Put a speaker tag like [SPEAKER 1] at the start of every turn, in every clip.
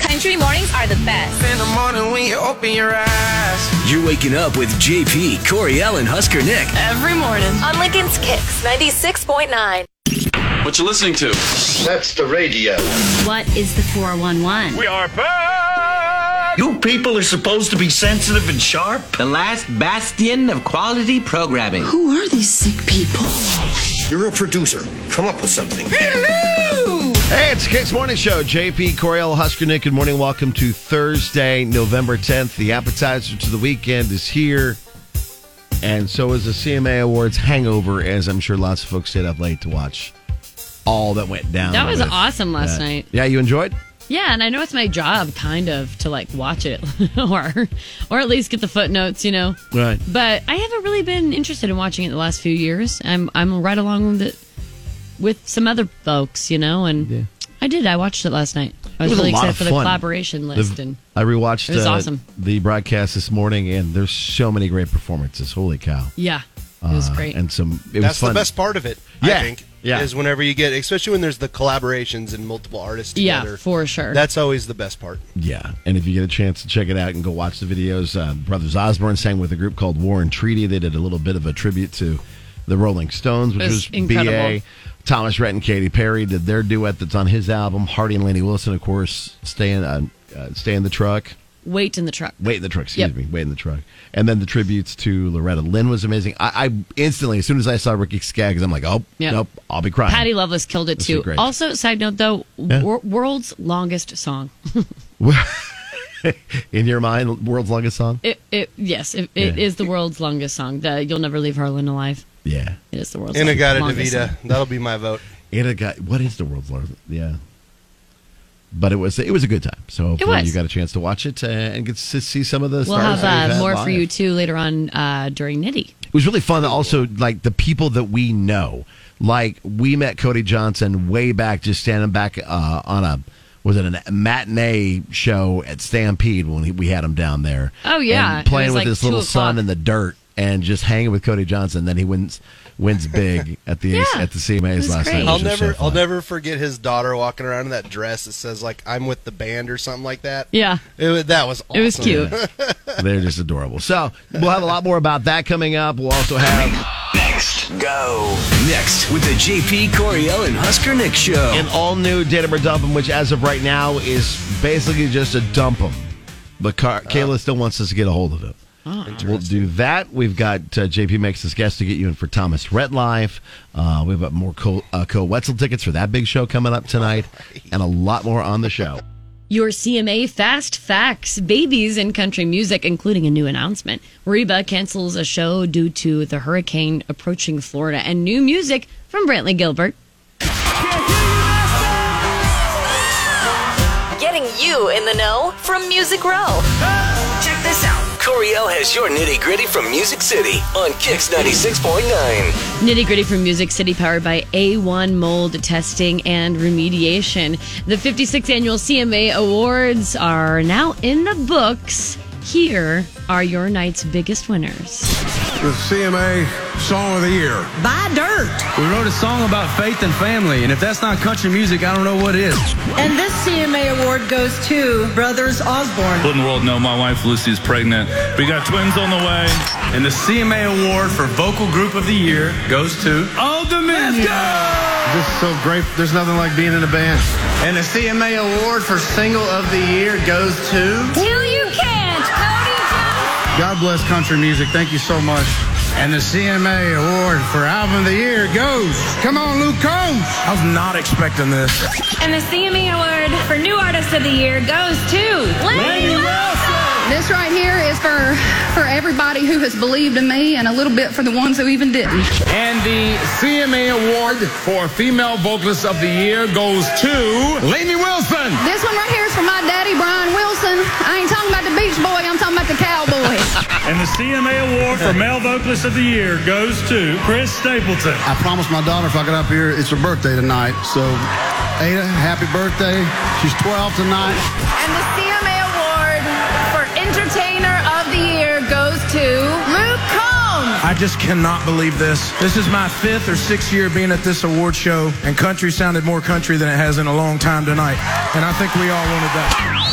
[SPEAKER 1] Country mornings are the best.
[SPEAKER 2] In the morning when you open your eyes.
[SPEAKER 3] You're waking up with JP, Coriel, and Husker Nick.
[SPEAKER 4] Every morning.
[SPEAKER 1] On Lincoln's Kicks 96.9.
[SPEAKER 5] What you listening to?
[SPEAKER 6] That's the radio.
[SPEAKER 7] What is the 411?
[SPEAKER 8] We are back!
[SPEAKER 9] You people are supposed to be sensitive and sharp.
[SPEAKER 10] The last bastion of quality programming.
[SPEAKER 11] Who are these sick people?
[SPEAKER 6] You're a producer. Come up with something.
[SPEAKER 12] Hey, it's Kicks Morning Show. JP Coriel Husker Nick. Good morning. Welcome to Thursday, November 10th. The appetizer to the weekend is here. And so is the CMA Awards hangover, as I'm sure lots of folks stayed up late to watch all that went down.
[SPEAKER 13] That was awesome last
[SPEAKER 12] that.
[SPEAKER 13] night.
[SPEAKER 12] Yeah, you enjoyed?
[SPEAKER 13] Yeah, and I know it's my job, kind of, to like watch it or or at least get the footnotes, you know.
[SPEAKER 12] Right.
[SPEAKER 13] But I haven't really been interested in watching it the last few years. I'm I'm right along with it with some other folks, you know, and
[SPEAKER 12] Yeah.
[SPEAKER 13] I did. I watched it last night. I was,
[SPEAKER 12] It was a
[SPEAKER 13] really
[SPEAKER 12] lot
[SPEAKER 13] excited
[SPEAKER 12] of
[SPEAKER 13] for the
[SPEAKER 12] fun.
[SPEAKER 13] collaboration
[SPEAKER 12] The-
[SPEAKER 13] list and
[SPEAKER 12] I rewatched
[SPEAKER 13] It was
[SPEAKER 12] uh,
[SPEAKER 13] awesome.
[SPEAKER 12] the broadcast this morning, and there's so many great performances. Holy cow.
[SPEAKER 13] yeah. It was
[SPEAKER 12] Uh,
[SPEAKER 13] great.
[SPEAKER 12] And some, it was
[SPEAKER 14] That's
[SPEAKER 12] fun.
[SPEAKER 14] the best part of it.
[SPEAKER 12] Yeah,
[SPEAKER 14] I think,
[SPEAKER 12] yeah.
[SPEAKER 14] Is whenever you get, especially when there's the collaborations and multiple artists
[SPEAKER 13] Yeah,
[SPEAKER 14] together.
[SPEAKER 13] for sure.
[SPEAKER 14] That's always the best part.
[SPEAKER 12] Yeah, and if you get a chance to check it out and go watch the videos, uh, Brothers Osborne sang with a group called War and Treaty. They did a little bit of a tribute to the Rolling Stones, which
[SPEAKER 13] It was
[SPEAKER 12] was BA.
[SPEAKER 13] incredible.
[SPEAKER 12] Thomas Rhett and Katy Perry did their duet that's on his album. Hardy and Laney Wilson, of course, stay in, uh, uh, stay in the truck.
[SPEAKER 13] Wait in the truck.
[SPEAKER 12] Wait in the truck, excuse
[SPEAKER 13] Yep.
[SPEAKER 12] me. Wait in the truck. And then the tributes to Loretta Lynn was amazing. I, I instantly, as soon as I saw Ricky Skaggs, I'm like, oh,
[SPEAKER 13] Yep.
[SPEAKER 12] nope, I'll be crying.
[SPEAKER 13] Patty Loveless killed it
[SPEAKER 12] This
[SPEAKER 13] too.
[SPEAKER 12] is great.
[SPEAKER 13] Also, side note though,
[SPEAKER 12] Yeah.
[SPEAKER 13] wor- world's longest song.
[SPEAKER 12] in your mind, world's longest song?
[SPEAKER 13] It, it yes, it, it is
[SPEAKER 12] Yeah.
[SPEAKER 13] the world's longest song. The "You'll Never Leave Harlan Alive."
[SPEAKER 12] Yeah.
[SPEAKER 13] It is the world's
[SPEAKER 14] Inagata
[SPEAKER 13] longest
[SPEAKER 14] DeVita.
[SPEAKER 13] song.
[SPEAKER 14] That'll be my vote.
[SPEAKER 12] It had got what is the world's largest? Yeah, but it was it was a good time. So hopefully
[SPEAKER 13] was.
[SPEAKER 12] you got a chance to watch it uh, and get to see some of the.
[SPEAKER 13] We'll
[SPEAKER 12] stars
[SPEAKER 13] have
[SPEAKER 12] that
[SPEAKER 13] uh,
[SPEAKER 12] we've had
[SPEAKER 13] more for
[SPEAKER 12] live.
[SPEAKER 13] you too later on uh, during Nitty.
[SPEAKER 12] It was really fun. Also, like the people that we know, like we met Cody Johnson way back, just standing back uh, on a was it a matinee show at Stampede when he, we had him down there.
[SPEAKER 13] Oh, yeah.
[SPEAKER 12] and
[SPEAKER 13] It
[SPEAKER 12] playing
[SPEAKER 13] was
[SPEAKER 12] with
[SPEAKER 13] like
[SPEAKER 12] his little
[SPEAKER 13] 2 o'clock.
[SPEAKER 12] son in the dirt and just hanging with Cody Johnson. Then he wins wins big at the
[SPEAKER 13] Yeah.
[SPEAKER 12] at the
[SPEAKER 13] It
[SPEAKER 12] CMAs
[SPEAKER 13] was
[SPEAKER 12] last
[SPEAKER 13] great.
[SPEAKER 12] night.
[SPEAKER 13] It
[SPEAKER 14] I'll
[SPEAKER 12] which was so
[SPEAKER 14] never, I'll
[SPEAKER 12] fun.
[SPEAKER 14] never forget his daughter walking around in that dress that says like "I'm with the band" or something like that.
[SPEAKER 13] Yeah,
[SPEAKER 14] It, wa- that was awesome.
[SPEAKER 13] it was cute.
[SPEAKER 12] They're just adorable. So we'll have a lot more about that coming up. We'll also have
[SPEAKER 3] Next, go. Next with the JP, Coriel, and Husker Nick show.
[SPEAKER 12] an all new Datum or Dump 'Em, which as of right now is basically just a dump 'em. But
[SPEAKER 3] Uh,
[SPEAKER 12] Car- Kayla still wants us to get a hold of him. We'll do that. We've got uh, JP makes this guest to get you in for Thomas Rhett Live. Uh, we've got more Co uh, Co Wetzel tickets for that big show coming up tonight, and a lot more on the show.
[SPEAKER 13] Your CMA Fast Facts Babies in Country Music, including a new announcement. Reba cancels a show due to the hurricane approaching Florida and new music from Brantley Gilbert.
[SPEAKER 1] Getting you in the know from Music Row. Check this out.
[SPEAKER 3] Coriel has your nitty gritty from Music City on Kicks 96.9.
[SPEAKER 13] Nitty gritty from Music City, powered by A1 mold testing and remediation. The 56th annual CMA Awards are now in the books. Here are your night's biggest winners.
[SPEAKER 15] The CMA Song of the Year.
[SPEAKER 16] By Dirt.
[SPEAKER 17] We wrote a song about faith and family, and if that's not country music, I don't know what is.
[SPEAKER 16] And this CMA award goes to Brothers Osborne.
[SPEAKER 18] Let the world know my wife Lucy is pregnant. We got twins on the way.
[SPEAKER 17] And the CMA Award for Vocal Group of the Year goes to
[SPEAKER 18] Oh,
[SPEAKER 17] Old Dominion.
[SPEAKER 19] This is so great. There's nothing like being in a band. And the CMA award for single of the year goes to.
[SPEAKER 4] Till you can't, Cody
[SPEAKER 19] God bless country music. Thank you so much. And the CMA award for album of the year goes. Come on, Luke Combs. I was not expecting this.
[SPEAKER 4] And the CME Award for New Artist of the Year goes to Lady Wilson.
[SPEAKER 20] This right here is for for everybody who has believed in me and a little bit for the ones who even didn't.
[SPEAKER 3] And the CMA Award for Female Vocalist of the Year goes to Lainey Wilson.
[SPEAKER 20] This one right here is for my daddy Brian Wilson. I ain't talking about the beach boy, I'm talking about the cowboy.
[SPEAKER 18] And the CMA Award for Male Vocalist of the Year goes to Chris Stapleton.
[SPEAKER 19] I promised my daughter if I got up here, it's her birthday tonight. So, Ada, happy birthday. She's 12 tonight.
[SPEAKER 4] And the CMA Award for Entertainer of the Year goes to Luke Combs.
[SPEAKER 17] I just cannot believe this. This is my fifth or sixth year being at this award show, and country sounded more country than it has in a long time tonight. And I think we all wanted that.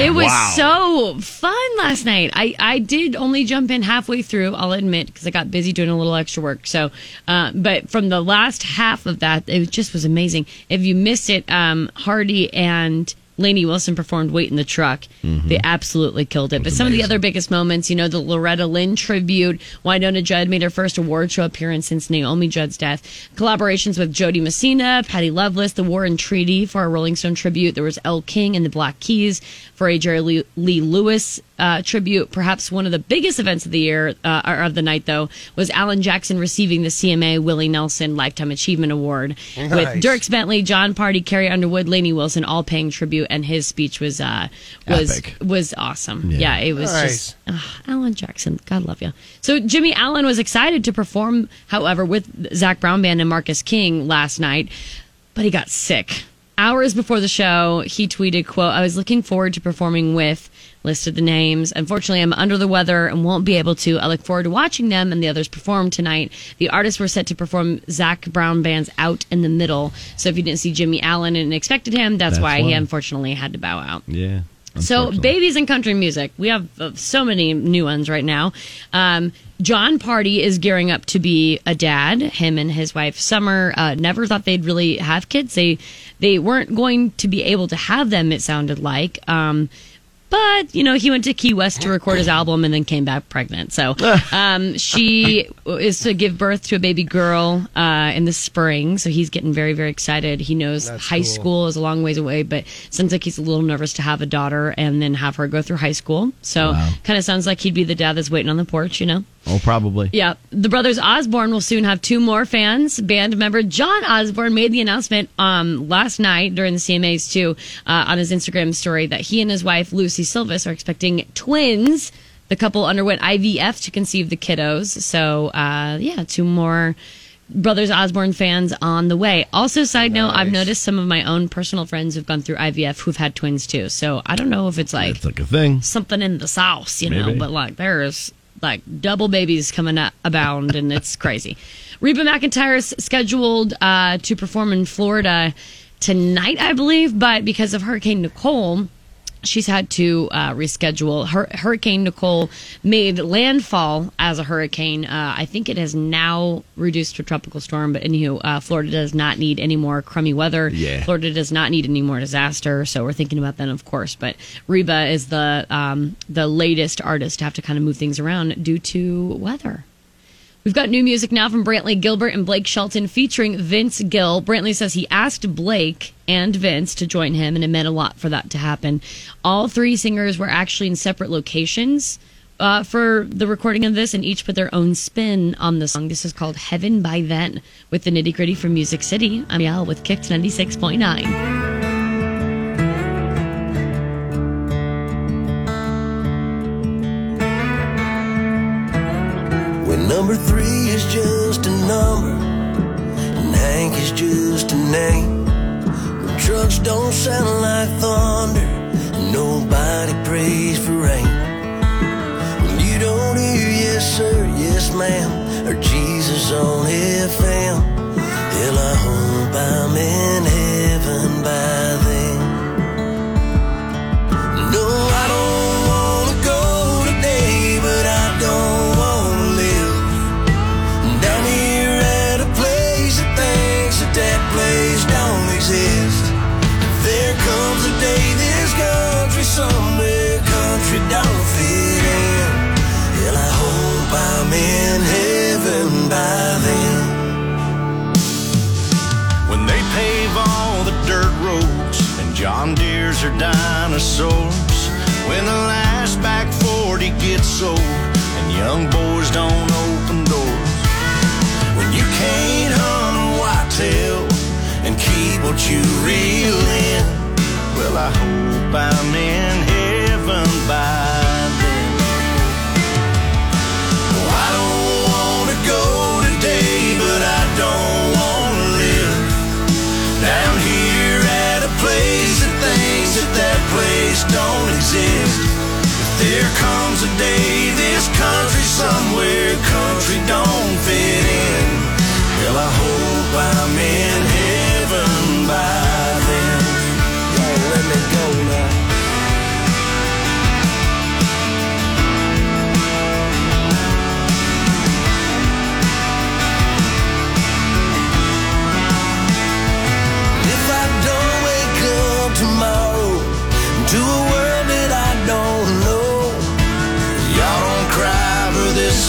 [SPEAKER 13] It was
[SPEAKER 12] Wow.
[SPEAKER 13] so fun last night. I, I did only jump in halfway through, I'll admit, because I got busy doing a little extra work. So, uh, but from the last half of that, it just was amazing. If you missed it, um, Hardy and Lainey Wilson performed Wait in the Truck. They absolutely killed it. But some of the other biggest moments, you know, the Loretta Lynn tribute, Winona Judd made her first award show appearance since Naomi Judd's death, collaborations with Jody Messina, Patty Loveless, the Warren Treaty for a Rolling Stone tribute. There was El King and the Black Keys for a Jerry Lee, Lee Lewis uh, tribute. Perhaps one of the biggest events of the year, uh, or of the night, though, was Alan Jackson receiving the CMA Willie Nelson Lifetime Achievement Award with
[SPEAKER 11] Nice.
[SPEAKER 13] Dirk Dirks Bentley, John Party, Carrie Underwood, Laney Wilson, all paying tribute, and his speech was uh, was
[SPEAKER 12] Epic.
[SPEAKER 13] was awesome.
[SPEAKER 12] Yeah.
[SPEAKER 13] Yeah, it was
[SPEAKER 12] Nice.
[SPEAKER 13] just ah, Alan Jackson. God love you. So Jimmy Allen was excited to perform, however, with Zach Brown Band and Marcus King last night, but he got sick. Hours before the show, he tweeted, "quote I was looking forward to performing with." Listed the names. Unfortunately, I'm under the weather and won't be able to. I look forward to watching them and the others perform tonight. The artists were set to perform Zach Brown Band's Out in the Middle. So if you didn't see Jimmy Allen and expected him, that's,
[SPEAKER 12] That's
[SPEAKER 13] why, he
[SPEAKER 12] why.
[SPEAKER 13] unfortunately had to bow out.
[SPEAKER 12] Yeah.
[SPEAKER 13] So, babies and country music. We have uh, so many new ones right now. Um, John Party is gearing up to be a dad. Him and his wife Summer uh, never thought they'd really have kids. They they weren't going to be able to have them. It sounded like. Um, but you know, he went to Key West to record his album and then came back pregnant. So um, she is to give birth to a baby girl uh, in the spring. So he's getting very, very excited. He knows
[SPEAKER 11] That's
[SPEAKER 13] high
[SPEAKER 11] cool.
[SPEAKER 13] school is a long ways away, but sounds like he's a little nervous to have a daughter and then have her go through high school. So
[SPEAKER 12] Wow.
[SPEAKER 13] kind of sounds like he'd be the dad that's waiting on the porch, you know.
[SPEAKER 12] Oh, probably.
[SPEAKER 13] Yeah, the brothers Osborne will soon have two more fans. Band member John Osborne made the announcement um, last night during the CMAs too uh, on his Instagram story that he and his wife Lucy Silvis are expecting twins. The couple underwent IVF to conceive the kiddos. So uh, yeah, two more. Brothers Osborne fans on the way. Also, side note, I've noticed some of my own personal friends who've gone through IVF who've had twins too. So I don't know if it's like
[SPEAKER 12] It's like a thing.
[SPEAKER 13] something in the sauce, you know.
[SPEAKER 12] Maybe.
[SPEAKER 13] But like, there's like double babies coming up, abound, and it's crazy. Reba McIntyre is scheduled uh, to perform in Florida tonight, I believe, but because of Hurricane Nicole. She's had to uh, reschedule. Hur- hurricane Nicole made landfall as a hurricane. Uh, I think it has now reduced to a tropical storm, but anywho, uh, Florida does not need any more crummy weather.
[SPEAKER 11] Yeah.
[SPEAKER 13] Florida does not need any more disaster, so we're thinking about that, of course. But Reba is the um, the latest artist to have to kind of move things around due to weather. We've got new music now from Brantley Gilbert and Blake Shelton featuring Vince Gill. Brantley says he asked Blake and Vince to join him, and it meant a lot for that to happen. All three singers were actually in separate locations uh, for the recording of this, and each put their own spin on the song. This is called Heaven by Then with the nitty gritty from Music City. I'm Yael with Kicks 96.9.
[SPEAKER 21] When number three is just a number, and Hank is just a name. When trucks don't sound like thunder, and nobody prays for rain. When you don't hear yes sir, yes ma'am, or Jesus on FM, hell I hope I'm in heaven by then. No, I don't wanna go today, but I don't wanna live down here at a place that thinks that that place don't exist. There comes a day this country somewhere country don't fit in. Well, I hope I'm in heaven by then.
[SPEAKER 22] When they pave all the dirt roads and John Deere's are dinosaurs. When the last back 40 gets old and young boys don't open doors. When you can't hunt a whitetail and keep what you reel in. Well, I hope I'm in heaven by then. Oh, I don't wanna go today, but I don't wanna live down here at a place that thinks that that place don't exist. If there comes a day, this country somewhere, country don't fit in. Well, I hope I'm in heaven by then. Y'all let me go now.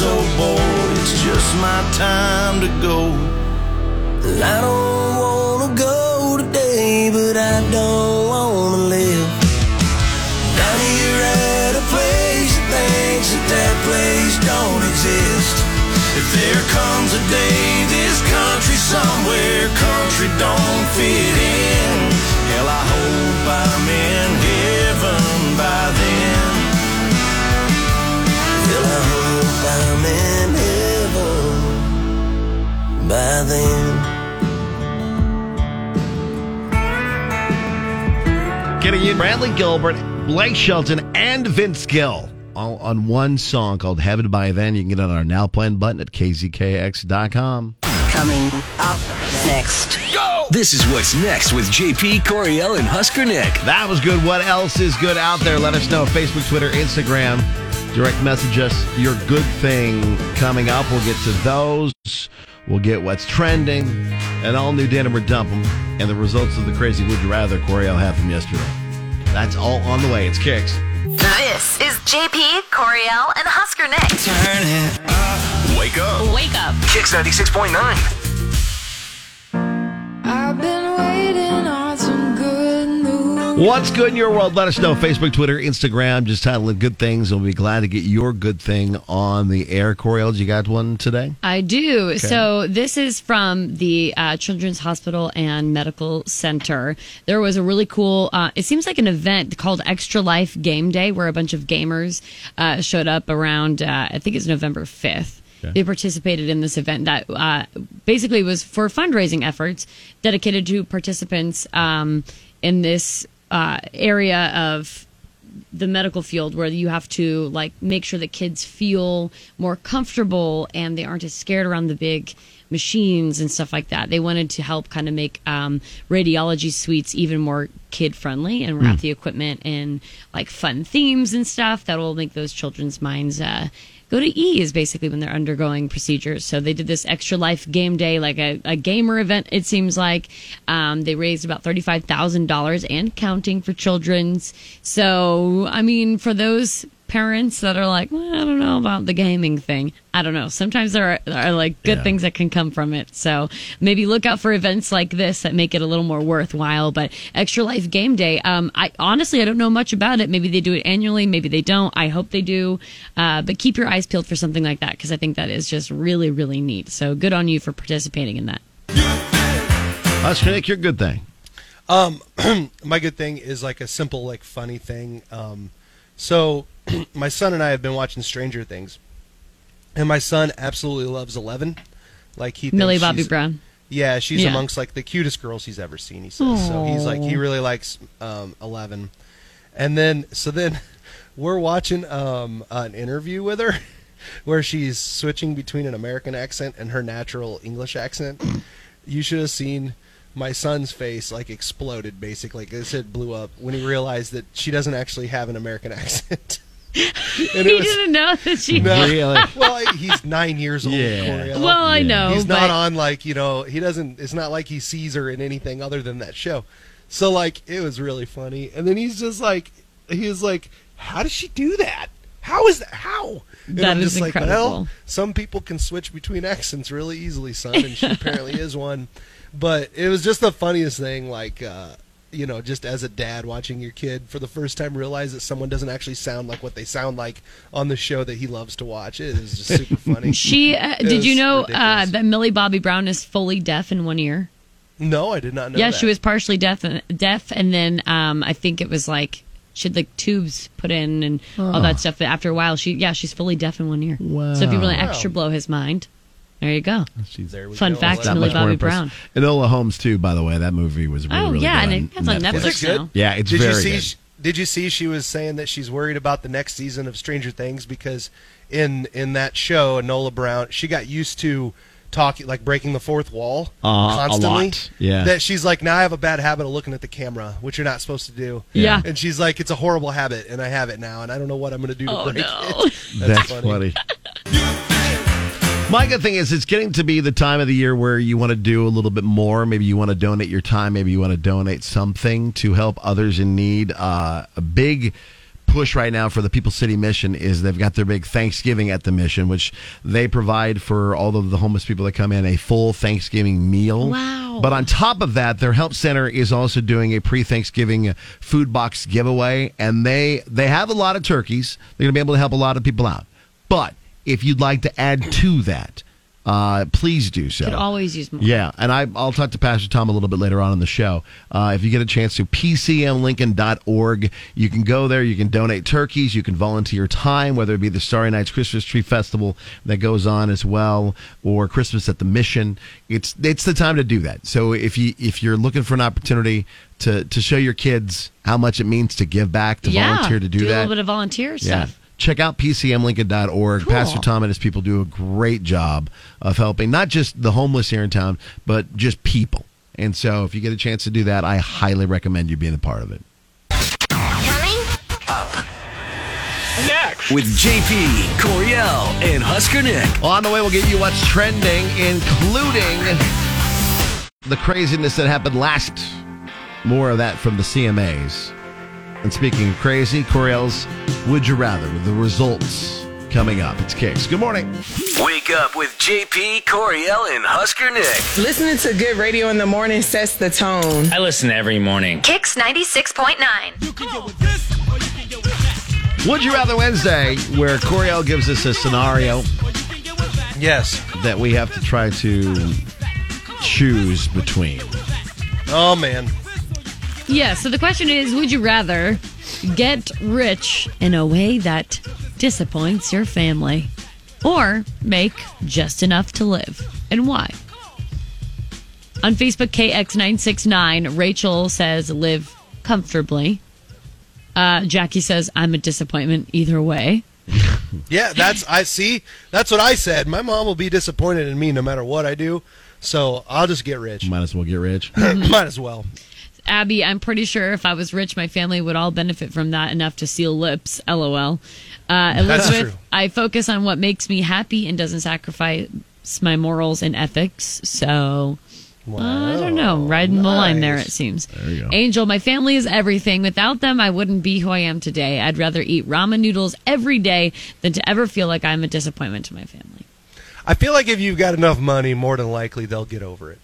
[SPEAKER 21] oh
[SPEAKER 22] my time to go.
[SPEAKER 21] Well, I don't wanna go today, but I don't wanna live. Down here at a place that thinks that that place don't exist.
[SPEAKER 22] If there comes a day, this country somewhere, country don't fit in. Hell, I hope I'm in heaven by then.
[SPEAKER 21] Well, I hope I'm in heaven by then.
[SPEAKER 12] Getting in Bradley Gilbert, Blake Shelton, and Vince Gill all on one song called Have It By Then. You can get it on our Now Playing button at kzkx.com.
[SPEAKER 2] Coming up next. Go! This is what's next with JP Coriel and Husker Nick.
[SPEAKER 12] That was good. What else is good out there? Let us know. Facebook, Twitter, Instagram. Direct message us your good thing coming up. We'll get to those. We'll get what's trending. An all new Denim or Dump 'em, And the results of the crazy Would You Rather Coriel had from yesterday. That's all on the way. It's Kicks.
[SPEAKER 1] This is JP, Coriel, and Husker Nick. Turn it
[SPEAKER 22] Wake up.
[SPEAKER 1] Wake up.
[SPEAKER 22] Kicks 96.9.
[SPEAKER 11] I've been waiting on some good news.
[SPEAKER 12] What's good in your world? Let us know. Facebook, Twitter, Instagram. Just title it Good Things. and We'll be glad to get your good thing on the air. Coriel, you got one today?
[SPEAKER 13] I do.
[SPEAKER 12] Okay.
[SPEAKER 13] So this is from the uh, Children's Hospital and Medical Center. There was a really cool. Uh, it seems like an event called Extra Life Game Day, where a bunch of gamers uh, showed up around. Uh, I think it's November fifth.
[SPEAKER 23] Okay.
[SPEAKER 13] They participated in this event that uh, basically was for fundraising efforts dedicated to participants um, in this uh, area of the medical field where you have to like make sure that kids feel more comfortable and they aren't as scared around the big machines and stuff like that. They wanted to help kind of make um, radiology suites even more kid friendly and wrap
[SPEAKER 23] Mm.
[SPEAKER 13] the equipment in like fun themes and stuff that will make those children's minds uh, go to ease basically when they're undergoing procedures. So they did this extra life game day, like a, a gamer event, it seems like. Um, they raised about $35,000 and counting for children's. So, I mean, for those parents that are like, well, I don't know about the gaming thing, I don't know. Sometimes there are, are like good
[SPEAKER 23] Yeah.
[SPEAKER 13] things that can come from it. So maybe look out for events like this that make it a little more worthwhile. But Extra Life Game Day, um, I honestly I don't know much about it. Maybe they do it annually, maybe they don't. I hope they do. Uh, but keep your eyes peeled for something like that because I think that is just really really neat. So good on you for participating in that.
[SPEAKER 12] Let's make your good thing.
[SPEAKER 14] Um, my good thing is like a simple, like funny thing. Um, so my son and I have been watching Stranger Things, and my son absolutely loves Eleven. Like he
[SPEAKER 13] Millie
[SPEAKER 14] thinks
[SPEAKER 13] Bobby
[SPEAKER 14] she's-
[SPEAKER 13] Brown.
[SPEAKER 14] Yeah, she's
[SPEAKER 13] Yeah.
[SPEAKER 14] amongst like the cutest girls he's ever seen. He says so. He's like he
[SPEAKER 13] Aw.
[SPEAKER 14] really likes um, Eleven, and then so then we're watching um, an interview with her where she's switching between an American accent and her natural English accent. You should have seen my son's face like exploded basically. This it blew up when he realized that she doesn't actually have an American accent. And it
[SPEAKER 13] he
[SPEAKER 14] was-
[SPEAKER 13] didn't know that she.
[SPEAKER 14] No. well, he's nine years old.
[SPEAKER 12] Yeah.
[SPEAKER 14] Coriel.
[SPEAKER 13] Well, I Yeah. know,
[SPEAKER 14] he's not
[SPEAKER 13] but-
[SPEAKER 14] on like you know. He doesn't. It's not like he sees her in anything other than that show. So like, it was really funny. And then he's just like, he's like, how does she do that? How is that? How? And
[SPEAKER 13] That
[SPEAKER 14] I'm
[SPEAKER 13] is
[SPEAKER 14] just like,
[SPEAKER 13] incredible.
[SPEAKER 14] well, some people can switch between accents really easily, son, and she apparently is one. But it was just the funniest thing, like. uh you know, just as a dad watching your kid for the first time realize that someone doesn't actually sound like what they sound like on the show that he loves to watch. It is just super funny.
[SPEAKER 13] She uh,
[SPEAKER 14] It
[SPEAKER 13] did you
[SPEAKER 14] was
[SPEAKER 13] know uh,
[SPEAKER 14] ridiculous.
[SPEAKER 13] that Millie Bobby Brown is fully deaf in one ear?
[SPEAKER 14] no, I did not know.
[SPEAKER 13] yeah,
[SPEAKER 14] that.
[SPEAKER 13] she was partially deaf and deaf, and then um, I think it was like she had like tubes put in and all
[SPEAKER 23] Oh.
[SPEAKER 13] that stuff. But after a while, she yeah, she's fully deaf in one ear. So if you want to
[SPEAKER 12] Wow.
[SPEAKER 13] extra blow his mind, there you go.
[SPEAKER 14] we
[SPEAKER 13] Fun
[SPEAKER 14] go.
[SPEAKER 13] fact,
[SPEAKER 12] Not
[SPEAKER 13] Millie
[SPEAKER 12] much more
[SPEAKER 13] Bobby
[SPEAKER 12] impressive.
[SPEAKER 13] Brown.
[SPEAKER 12] Enola Holmes, too, by the way. That movie was really,
[SPEAKER 13] Oh,
[SPEAKER 12] really
[SPEAKER 13] yeah,
[SPEAKER 12] good
[SPEAKER 13] and it- that's on Netflix
[SPEAKER 14] Is it good?
[SPEAKER 13] now.
[SPEAKER 12] Yeah, it's
[SPEAKER 14] did
[SPEAKER 12] very
[SPEAKER 14] you see?
[SPEAKER 12] good.
[SPEAKER 14] sh- Did you see? She was saying that she's worried about the next season of Stranger Things because in in that show, Enola Brown, she got used to talking like breaking the fourth wall
[SPEAKER 12] Uh, a
[SPEAKER 14] constantly.
[SPEAKER 12] lot, yeah.
[SPEAKER 14] That she's like, now I have a bad habit of looking at the camera, which you're not supposed to do.
[SPEAKER 12] Yeah.
[SPEAKER 14] And she's like, it's a horrible habit, and I have it now, and I don't know what I'm going to do to
[SPEAKER 13] Oh,
[SPEAKER 14] break
[SPEAKER 13] no.
[SPEAKER 14] it.
[SPEAKER 12] That's, funny. My good thing is it's getting to be the time of the year where you want to do a little bit more. Maybe you want to donate your time. Maybe you want to donate something to help others in need. Uh, a big push right now for the People City Mission is they've got their big Thanksgiving at the mission, which they provide for all of the homeless people that come in a full Thanksgiving meal.
[SPEAKER 13] Wow.
[SPEAKER 12] But on top of that, their help center is also doing a pre-Thanksgiving food box giveaway, and they they have a lot of turkeys. They're going to be able to help a lot of people out. But if you'd like to add to that, uh, please do so.
[SPEAKER 13] Could always use more.
[SPEAKER 12] Yeah, and I, I'll talk to Pastor Tom a little bit later on in the show. Uh, if you get a chance to pcmlincoln.org, you can go there. You can donate turkeys. You can volunteer time, whether it be the Starry Nights Christmas Tree Festival that goes on as well, or Christmas at the Mission. It's it's the time to do that. So if you if you're looking for an opportunity to to show your kids how much it means to give back, to
[SPEAKER 13] yeah.
[SPEAKER 12] volunteer, to do,
[SPEAKER 13] a
[SPEAKER 12] that,
[SPEAKER 13] little bit of volunteer stuff.
[SPEAKER 12] Check out pcmlincoln.org.
[SPEAKER 13] Cool.
[SPEAKER 12] Pastor Tom and his people do a great job of helping not just the homeless here in town, but just people. And so if you get a chance to do that, I highly recommend you being a part of it.
[SPEAKER 2] With JP, Coriel, and Husker Nick.
[SPEAKER 12] On the way, we'll get you what's trending, including the craziness that happened last. More of that from the CMAs. And speaking of crazy, Coriel's Would You Rather with the results coming up. It's Kicks. Good morning.
[SPEAKER 2] Wake up with JP, Coriel, and Husker Nick.
[SPEAKER 5] Listening to good radio in the morning sets the tone.
[SPEAKER 7] I listen every morning.
[SPEAKER 1] Kicks 96.9.
[SPEAKER 12] Would You Rather Wednesday, where Coriel gives us a scenario.
[SPEAKER 14] Yes.
[SPEAKER 12] That we have to try to choose between.
[SPEAKER 14] Oh man.
[SPEAKER 13] Yeah, so the question is would you rather get rich in a way that disappoints your family or make just enough to live? And why? On Facebook, KX969, Rachel says, live comfortably. Uh, Jackie says, I'm a disappointment either way.
[SPEAKER 14] Yeah, that's I see. That's what I said. My mom will be disappointed in me no matter what I do. So I'll just get rich.
[SPEAKER 12] Might as well get rich.
[SPEAKER 14] Might as well.
[SPEAKER 13] Abby, I'm pretty sure if I was rich, my family would all benefit from that enough to seal lips. LOL. Uh,
[SPEAKER 14] That's
[SPEAKER 13] Elizabeth,
[SPEAKER 14] true.
[SPEAKER 13] I focus on what makes me happy and doesn't sacrifice my morals and ethics. So I don't know. Riding the line there, it seems. There
[SPEAKER 12] you go.
[SPEAKER 13] Angel, my family is everything. Without them, I wouldn't be who I am today. I'd rather eat ramen noodles every day than to ever feel like I'm a disappointment to my family.
[SPEAKER 14] I feel like if you've got enough money, more than likely they'll get over it.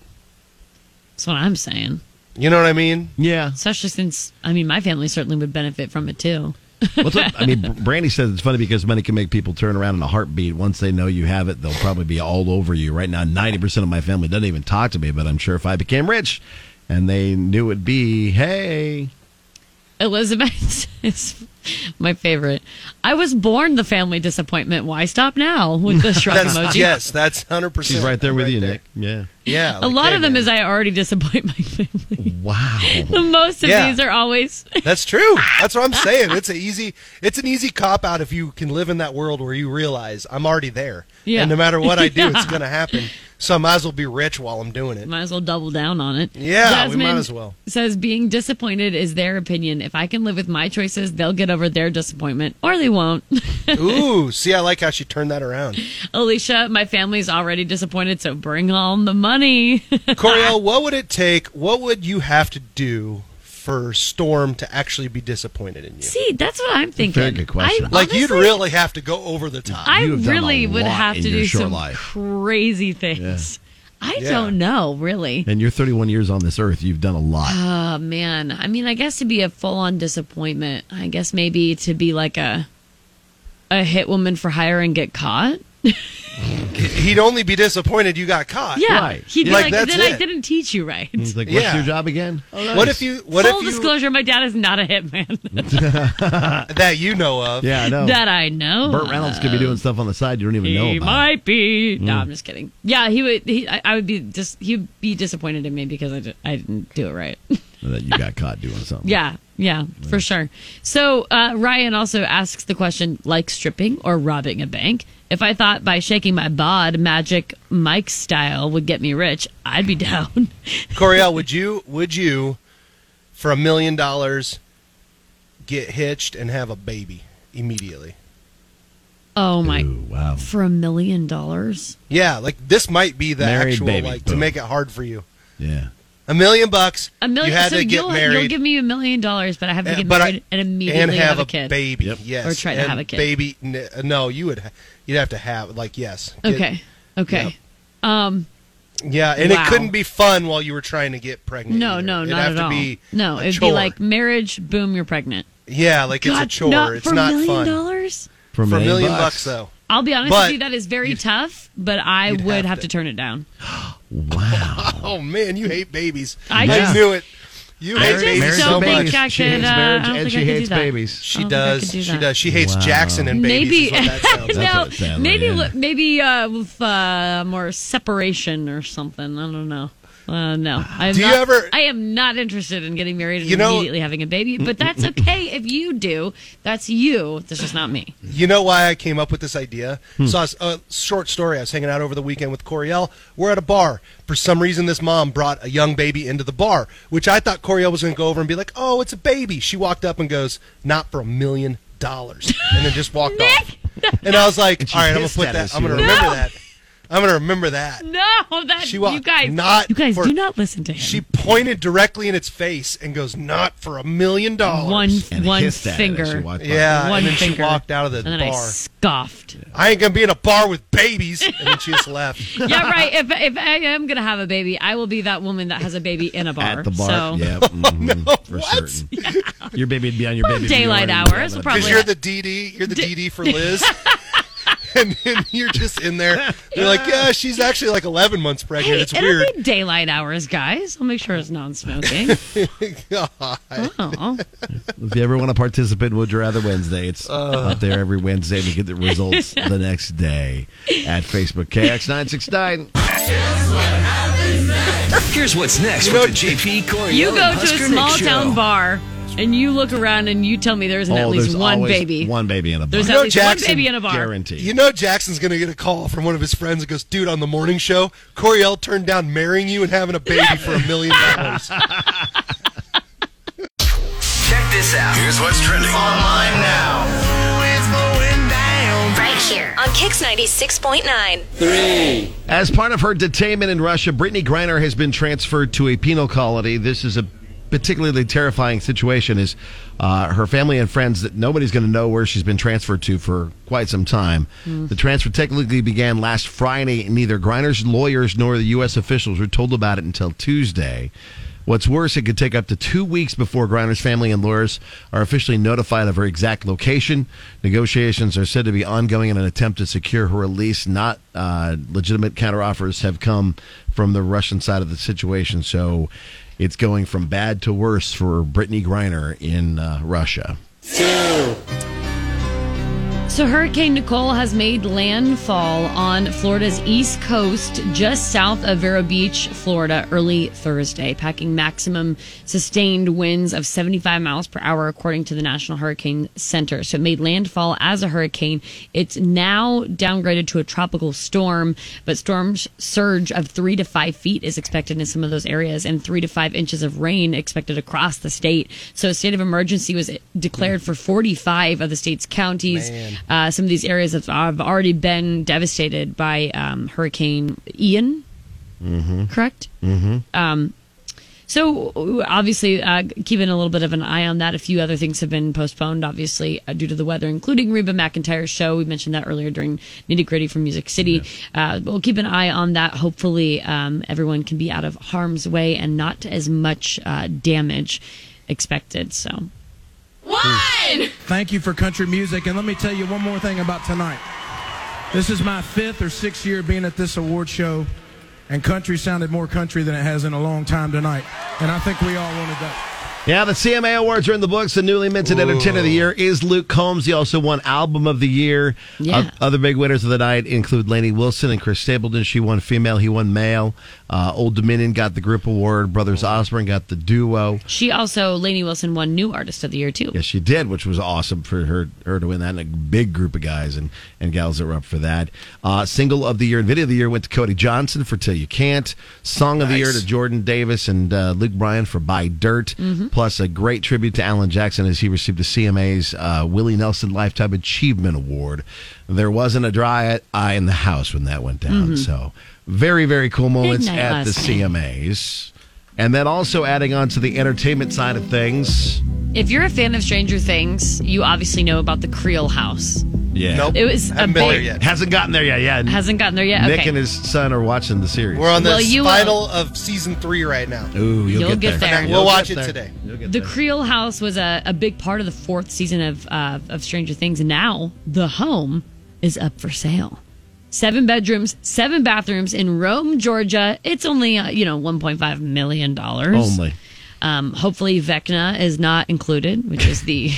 [SPEAKER 13] That's what I'm saying.
[SPEAKER 14] You know what I mean?
[SPEAKER 12] Yeah.
[SPEAKER 13] Especially since, I mean, my family certainly would benefit from it too.
[SPEAKER 12] What's up? I mean, Br- Brandy says it's funny because money can make people turn around in a heartbeat. Once they know you have it, they'll probably be all over you. Right now, 90% of my family doesn't even talk to me, but I'm sure if I became rich and they knew it'd be, hey,
[SPEAKER 13] Elizabeth is my favorite. I was born the family disappointment. Why stop now with the shrug
[SPEAKER 14] That's-
[SPEAKER 13] emoji?
[SPEAKER 14] Yes, that's hundred percent.
[SPEAKER 12] she's right there with you, Nick. Yeah.
[SPEAKER 14] Yeah.
[SPEAKER 13] A lot of them is I already disappoint my family.
[SPEAKER 12] Wow.
[SPEAKER 13] The most of
[SPEAKER 14] Yeah.
[SPEAKER 13] these are always
[SPEAKER 14] That's true. That's what I'm saying. It's an easy. It's an easy cop out if you can live in that world where you realize I'm already there,
[SPEAKER 13] Yeah.
[SPEAKER 14] and no matter what I do, it's
[SPEAKER 13] Yeah.
[SPEAKER 14] going to happen. So I might as well be rich while I'm doing it.
[SPEAKER 13] might as well double down on it.
[SPEAKER 14] Yeah, we might as well.
[SPEAKER 13] Says being disappointed is their opinion. If I can live with my choices, they'll get over their disappointment or they won't.
[SPEAKER 14] Ooh, see, I like how she turned that around.
[SPEAKER 13] Alicia, my family's already disappointed, so bring on the money.
[SPEAKER 14] Coriel, what would it take? What would you have to do for Storm to actually be disappointed in you?
[SPEAKER 13] See, that's what I'm thinking.
[SPEAKER 12] Very good question.
[SPEAKER 13] I
[SPEAKER 14] like you'd
[SPEAKER 13] honestly-
[SPEAKER 14] really have to go over the
[SPEAKER 12] Uh,
[SPEAKER 14] top.
[SPEAKER 13] I really would
[SPEAKER 12] lot
[SPEAKER 13] have to
[SPEAKER 12] in your
[SPEAKER 13] do
[SPEAKER 12] short
[SPEAKER 13] some
[SPEAKER 12] life.
[SPEAKER 13] crazy things. I
[SPEAKER 12] Yeah.
[SPEAKER 13] don't know, really.
[SPEAKER 12] and you're 31 years on this earth, you've done a lot.
[SPEAKER 13] Oh, man. I mean, I guess to be a full on disappointment, I guess maybe to be like a a hit woman for hire and get caught.
[SPEAKER 14] He'd only be disappointed you got
[SPEAKER 12] Uh,
[SPEAKER 14] caught.
[SPEAKER 13] Yeah. He'd be like,
[SPEAKER 14] like, that's
[SPEAKER 13] then I
[SPEAKER 14] it.
[SPEAKER 13] didn't teach you right.
[SPEAKER 12] He's like, what's
[SPEAKER 14] Yeah.
[SPEAKER 12] your job again?
[SPEAKER 14] What if you? What
[SPEAKER 13] full
[SPEAKER 14] if you?
[SPEAKER 13] disclosure, my dad is not a hitman.
[SPEAKER 14] that you know of?
[SPEAKER 12] Yeah, I know.
[SPEAKER 13] that I know.
[SPEAKER 12] Burt Reynolds could be doing stuff on the side you don't even know
[SPEAKER 13] Oh, He
[SPEAKER 12] about.
[SPEAKER 13] might be. No,
[SPEAKER 12] Mm.
[SPEAKER 13] I'm just kidding. Yeah, he would. He, I, I would be just. He'd be disappointed in me because I, did, I didn't do it right.
[SPEAKER 12] That you got caught doing something.
[SPEAKER 13] Yeah, yeah, for sure. So uh, Ryan also asks the question like stripping or robbing a bank. If I thought by shaking my bod, magic Mike style would get me rich, I'd be down.
[SPEAKER 14] Coriel, would you? Would you, for a million dollars, get hitched and have a baby immediately?
[SPEAKER 13] Oh my!
[SPEAKER 12] wow!
[SPEAKER 13] For a million dollars,
[SPEAKER 14] Yeah, like this might be the
[SPEAKER 12] Married
[SPEAKER 14] actual
[SPEAKER 12] baby,
[SPEAKER 14] like to
[SPEAKER 12] boom.
[SPEAKER 14] make it hard for you.
[SPEAKER 12] Yeah.
[SPEAKER 14] A million bucks.
[SPEAKER 13] A million.
[SPEAKER 14] You had
[SPEAKER 13] so
[SPEAKER 14] to get
[SPEAKER 13] you'll, You'll
[SPEAKER 14] married.
[SPEAKER 13] give me a million dollars, but I have to
[SPEAKER 14] Uh,
[SPEAKER 13] get
[SPEAKER 14] but I-
[SPEAKER 13] married and immediately
[SPEAKER 14] and have,
[SPEAKER 13] a kid.
[SPEAKER 14] baby. Yes,
[SPEAKER 13] Or try to
[SPEAKER 14] and
[SPEAKER 13] have a kid.
[SPEAKER 14] Baby, n- no, you would. Ha- you'd have to have like yes. Get-
[SPEAKER 13] Okay. Okay. Um.
[SPEAKER 14] yeah, and
[SPEAKER 13] Wow.
[SPEAKER 14] it couldn't be fun while you were trying to get pregnant.
[SPEAKER 13] No,
[SPEAKER 14] either.
[SPEAKER 13] no,
[SPEAKER 14] it'd
[SPEAKER 13] not
[SPEAKER 14] have
[SPEAKER 13] at
[SPEAKER 14] to
[SPEAKER 13] all.
[SPEAKER 14] Be
[SPEAKER 13] no,
[SPEAKER 14] a
[SPEAKER 13] it'd
[SPEAKER 14] chore.
[SPEAKER 13] be like marriage. Boom, you're pregnant.
[SPEAKER 14] yeah, like it's a
[SPEAKER 13] God,
[SPEAKER 14] chore.
[SPEAKER 13] Not
[SPEAKER 14] it's
[SPEAKER 13] for
[SPEAKER 14] not
[SPEAKER 13] a million
[SPEAKER 14] fun
[SPEAKER 13] dollars.
[SPEAKER 14] for a million, bucks. though.
[SPEAKER 13] I'll be honest
[SPEAKER 14] But
[SPEAKER 13] with you, that is very tough, but I would have, to. turn it down.
[SPEAKER 14] Oh man, you hate babies.
[SPEAKER 13] I
[SPEAKER 14] I,
[SPEAKER 13] just-
[SPEAKER 14] knew it. You
[SPEAKER 13] I
[SPEAKER 14] hate
[SPEAKER 13] just
[SPEAKER 14] babies
[SPEAKER 13] don't
[SPEAKER 14] so
[SPEAKER 13] think
[SPEAKER 14] much.
[SPEAKER 13] I She could, hates uh, I marriage don't and think I she could do hates that. babies. I
[SPEAKER 14] She
[SPEAKER 13] don't think I
[SPEAKER 14] does.
[SPEAKER 13] could do
[SPEAKER 14] She
[SPEAKER 13] that.
[SPEAKER 14] does. She hates Jackson and babies.
[SPEAKER 13] maybe
[SPEAKER 14] is what that sounds like.
[SPEAKER 13] no,
[SPEAKER 12] That's what it sounds
[SPEAKER 13] maybe
[SPEAKER 12] like,
[SPEAKER 13] li- maybe uh, with uh, more separation or something. I don't know. Uh, no, I'm
[SPEAKER 14] Do you
[SPEAKER 13] not,
[SPEAKER 14] ever-
[SPEAKER 13] I am not interested in getting married and
[SPEAKER 14] You know-
[SPEAKER 13] immediately having a baby, but that's okay if you do. That's you. This is not me.
[SPEAKER 14] You know why I came up with this idea?
[SPEAKER 13] Hmm.
[SPEAKER 14] So, I was, a short story. I was hanging out over the weekend with Coriel. We're at a bar. For some reason, this mom brought a young baby into the bar, which I thought Coriel was going to go over and be like, "Oh, it's a baby." She walked up and goes, "Not for a million dollars," and then just walked off. And I was like,
[SPEAKER 12] And she
[SPEAKER 14] "All right, I'm gonna
[SPEAKER 12] hissed
[SPEAKER 14] put
[SPEAKER 12] at
[SPEAKER 14] that.
[SPEAKER 12] us,
[SPEAKER 14] I'm gonna
[SPEAKER 12] you know.
[SPEAKER 14] remember
[SPEAKER 12] No.
[SPEAKER 14] that. I'm gonna remember that."
[SPEAKER 13] No, that
[SPEAKER 14] She
[SPEAKER 13] you
[SPEAKER 14] walked.
[SPEAKER 13] guys,
[SPEAKER 14] not
[SPEAKER 13] you guys
[SPEAKER 14] for-
[SPEAKER 13] do not listen to him.
[SPEAKER 14] She pointed directly in its face and goes, "Not for a million dollars."
[SPEAKER 13] One- And one hissed at it finger. as she walked by.
[SPEAKER 14] Yeah,
[SPEAKER 13] One
[SPEAKER 14] and then
[SPEAKER 13] finger.
[SPEAKER 14] she walked out of the
[SPEAKER 13] And then I
[SPEAKER 14] bar.
[SPEAKER 13] scoffed.
[SPEAKER 14] I ain't gonna be in a bar with babies, and then she just left.
[SPEAKER 13] yeah, right. If if I am gonna have a baby, I will be that woman that has a baby in a bar.
[SPEAKER 12] At the bar.
[SPEAKER 13] So. Oh,
[SPEAKER 12] Yeah. mhm, for certain. Your baby would be on your
[SPEAKER 13] Well,
[SPEAKER 12] baby.
[SPEAKER 13] daylight
[SPEAKER 12] bjorn
[SPEAKER 13] hours
[SPEAKER 12] and having
[SPEAKER 13] will
[SPEAKER 12] a-
[SPEAKER 13] probably-
[SPEAKER 14] Because you're the DD, you're the DD for Liz. and then you're just in there. They're like, yeah, she's actually like 11 months pregnant.
[SPEAKER 13] Hey,
[SPEAKER 14] it's
[SPEAKER 13] it'll
[SPEAKER 14] weird.
[SPEAKER 13] be daylight hours, guys. I'll make sure it's non-smoking.
[SPEAKER 14] God.
[SPEAKER 13] oh,
[SPEAKER 12] If you ever want to participate in Would You Rather Wednesday, it's
[SPEAKER 14] Uh.
[SPEAKER 12] out there every Wednesday. We get the results the next day at Facebook KX969.
[SPEAKER 2] Here's what's next with the JP Corey.
[SPEAKER 13] you
[SPEAKER 2] Ellen
[SPEAKER 13] go to a
[SPEAKER 2] Husker
[SPEAKER 13] small
[SPEAKER 2] Nick
[SPEAKER 13] town
[SPEAKER 2] show.
[SPEAKER 13] bar and you look around and you tell me there isn't at
[SPEAKER 12] Oh,
[SPEAKER 13] least
[SPEAKER 12] there's
[SPEAKER 13] one
[SPEAKER 12] always
[SPEAKER 13] baby.
[SPEAKER 12] One baby in a bar.
[SPEAKER 13] There's at least one baby in a bar.
[SPEAKER 12] Guaranteed.
[SPEAKER 14] You know Jackson's going to get a call from one of his friends that goes, dude, on the morning show, Coriel turned down marrying you and having a baby for a million dollars.
[SPEAKER 2] Check this out. Here's what's trending online now. It's going down.
[SPEAKER 1] Right here on Kix 96.9.
[SPEAKER 2] Three.
[SPEAKER 12] As part of her detainment in Russia, Brittany Griner has been transferred to a penal colony. This is a particularly terrifying situation. Is uh, her family and friends that nobody's going to know where she's been transferred to for quite some time. The transfer technically began last Friday, and neither Griner's lawyers nor the U.S. officials were told about it until Tuesday. What's worse, it could take up to two weeks before Griner's family and lawyers are officially notified of her exact location. Negotiations are said to be ongoing in an attempt to secure her release. Not uh, legitimate counteroffers have come from the Russian side of the situation, so it's going from bad to worse for Brittany Griner in uh, Russia.
[SPEAKER 13] So Hurricane Nicole has made landfall on Florida's east coast, just south of Vero Beach, Florida, early Thursday, packing maximum sustained winds of 75 miles per hour, according to the National Hurricane Center. So it made landfall as a hurricane. It's now downgraded to a tropical storm, but storm sh- surge of three to five feet is expected in some of those areas, and three to five inches of rain expected across the state. So a state of emergency was declared for 45 of the state's counties.
[SPEAKER 1] Man.
[SPEAKER 13] Uh, some of these areas have, have already been devastated by um, Hurricane Ian,
[SPEAKER 12] Mm-hmm.
[SPEAKER 13] correct?
[SPEAKER 12] Mm-hmm.
[SPEAKER 13] Um, so, obviously, uh, keeping a little bit of an eye on that. A few other things have been postponed, obviously, uh, due to the weather, including Reba McIntyre's show. We mentioned that earlier during Nitty Gritty from Music City. Uh, we'll keep an eye on that. Hopefully, um, everyone can be out of harm's way and not as much uh, damage expected. So,
[SPEAKER 7] Thank you for country music. And let me tell you one more thing about tonight. This is my fifth or sixth year being at this award show, and country sounded more country than it has in a long time tonight. And I think we all wanted that.
[SPEAKER 12] Yeah, the CMA Awards are in the books. The newly minted Entertainer of the Year is Luke Combs. He also won Album of the Year.
[SPEAKER 13] Yeah.
[SPEAKER 12] O- other big winners of the night include Lainey Wilson and Chris Stapleton. She won female, he won male. Uh, Old Dominion got the group award. Brothers Osborne got the duo.
[SPEAKER 13] she also, Lainey Wilson, won New Artist of the Year, too.
[SPEAKER 12] Yes, she did, which was awesome for her her to win that, and a big group of guys and, and gals that were up for that. Uh, single of the year and video of the year went to Cody Johnson for "Till You Can't." Song of the year to Jordan Davis and uh, Luke Bryan for "By Dirt."
[SPEAKER 13] Mm-hmm.
[SPEAKER 12] Plus, a great tribute to Alan Jackson as he received the CMA's uh, Willie Nelson Lifetime Achievement Award. There wasn't a dry eye in the house when that went down.
[SPEAKER 13] Mhm.
[SPEAKER 12] So, very very cool moments
[SPEAKER 13] night
[SPEAKER 12] at the
[SPEAKER 13] last night.
[SPEAKER 12] CMAs. And then also adding on to the entertainment side of things.
[SPEAKER 13] If you're a fan of Stranger Things, you obviously know about the Creole House.
[SPEAKER 12] Yeah.
[SPEAKER 13] Nope. It was a Haven't been big- there yet.
[SPEAKER 12] Hasn't gotten there yet. Yeah.
[SPEAKER 13] Hasn't gotten there yet.
[SPEAKER 12] Nick
[SPEAKER 13] okay.
[SPEAKER 12] and his son are watching the series.
[SPEAKER 14] We're on the
[SPEAKER 13] Well, you will-
[SPEAKER 14] final of season three right now.
[SPEAKER 12] Ooh, you'll,
[SPEAKER 13] You'll get there.
[SPEAKER 14] And
[SPEAKER 13] You'll
[SPEAKER 14] We'll watch
[SPEAKER 13] get
[SPEAKER 14] it
[SPEAKER 13] there.
[SPEAKER 14] today.
[SPEAKER 13] the Creole House was a, a big part of the fourth season of uh, of Stranger Things, and now the home Mm-hmm. is up for sale. Seven bedrooms, seven bathrooms in Rome, Georgia. It's only uh, you know one point five million dollars.
[SPEAKER 12] Only.
[SPEAKER 13] Um, hopefully, Vecna is not included, which is the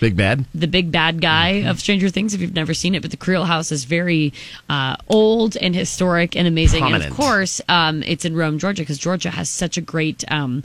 [SPEAKER 12] Big bad.
[SPEAKER 13] the big bad guy
[SPEAKER 12] Mm-hmm.
[SPEAKER 13] of Stranger Things. If you've never seen it, but the Creole House is very uh, old and historic and amazing. And
[SPEAKER 8] Prominent.
[SPEAKER 13] of course, um, it's in Rome, Georgia, because Georgia has such a great. Um,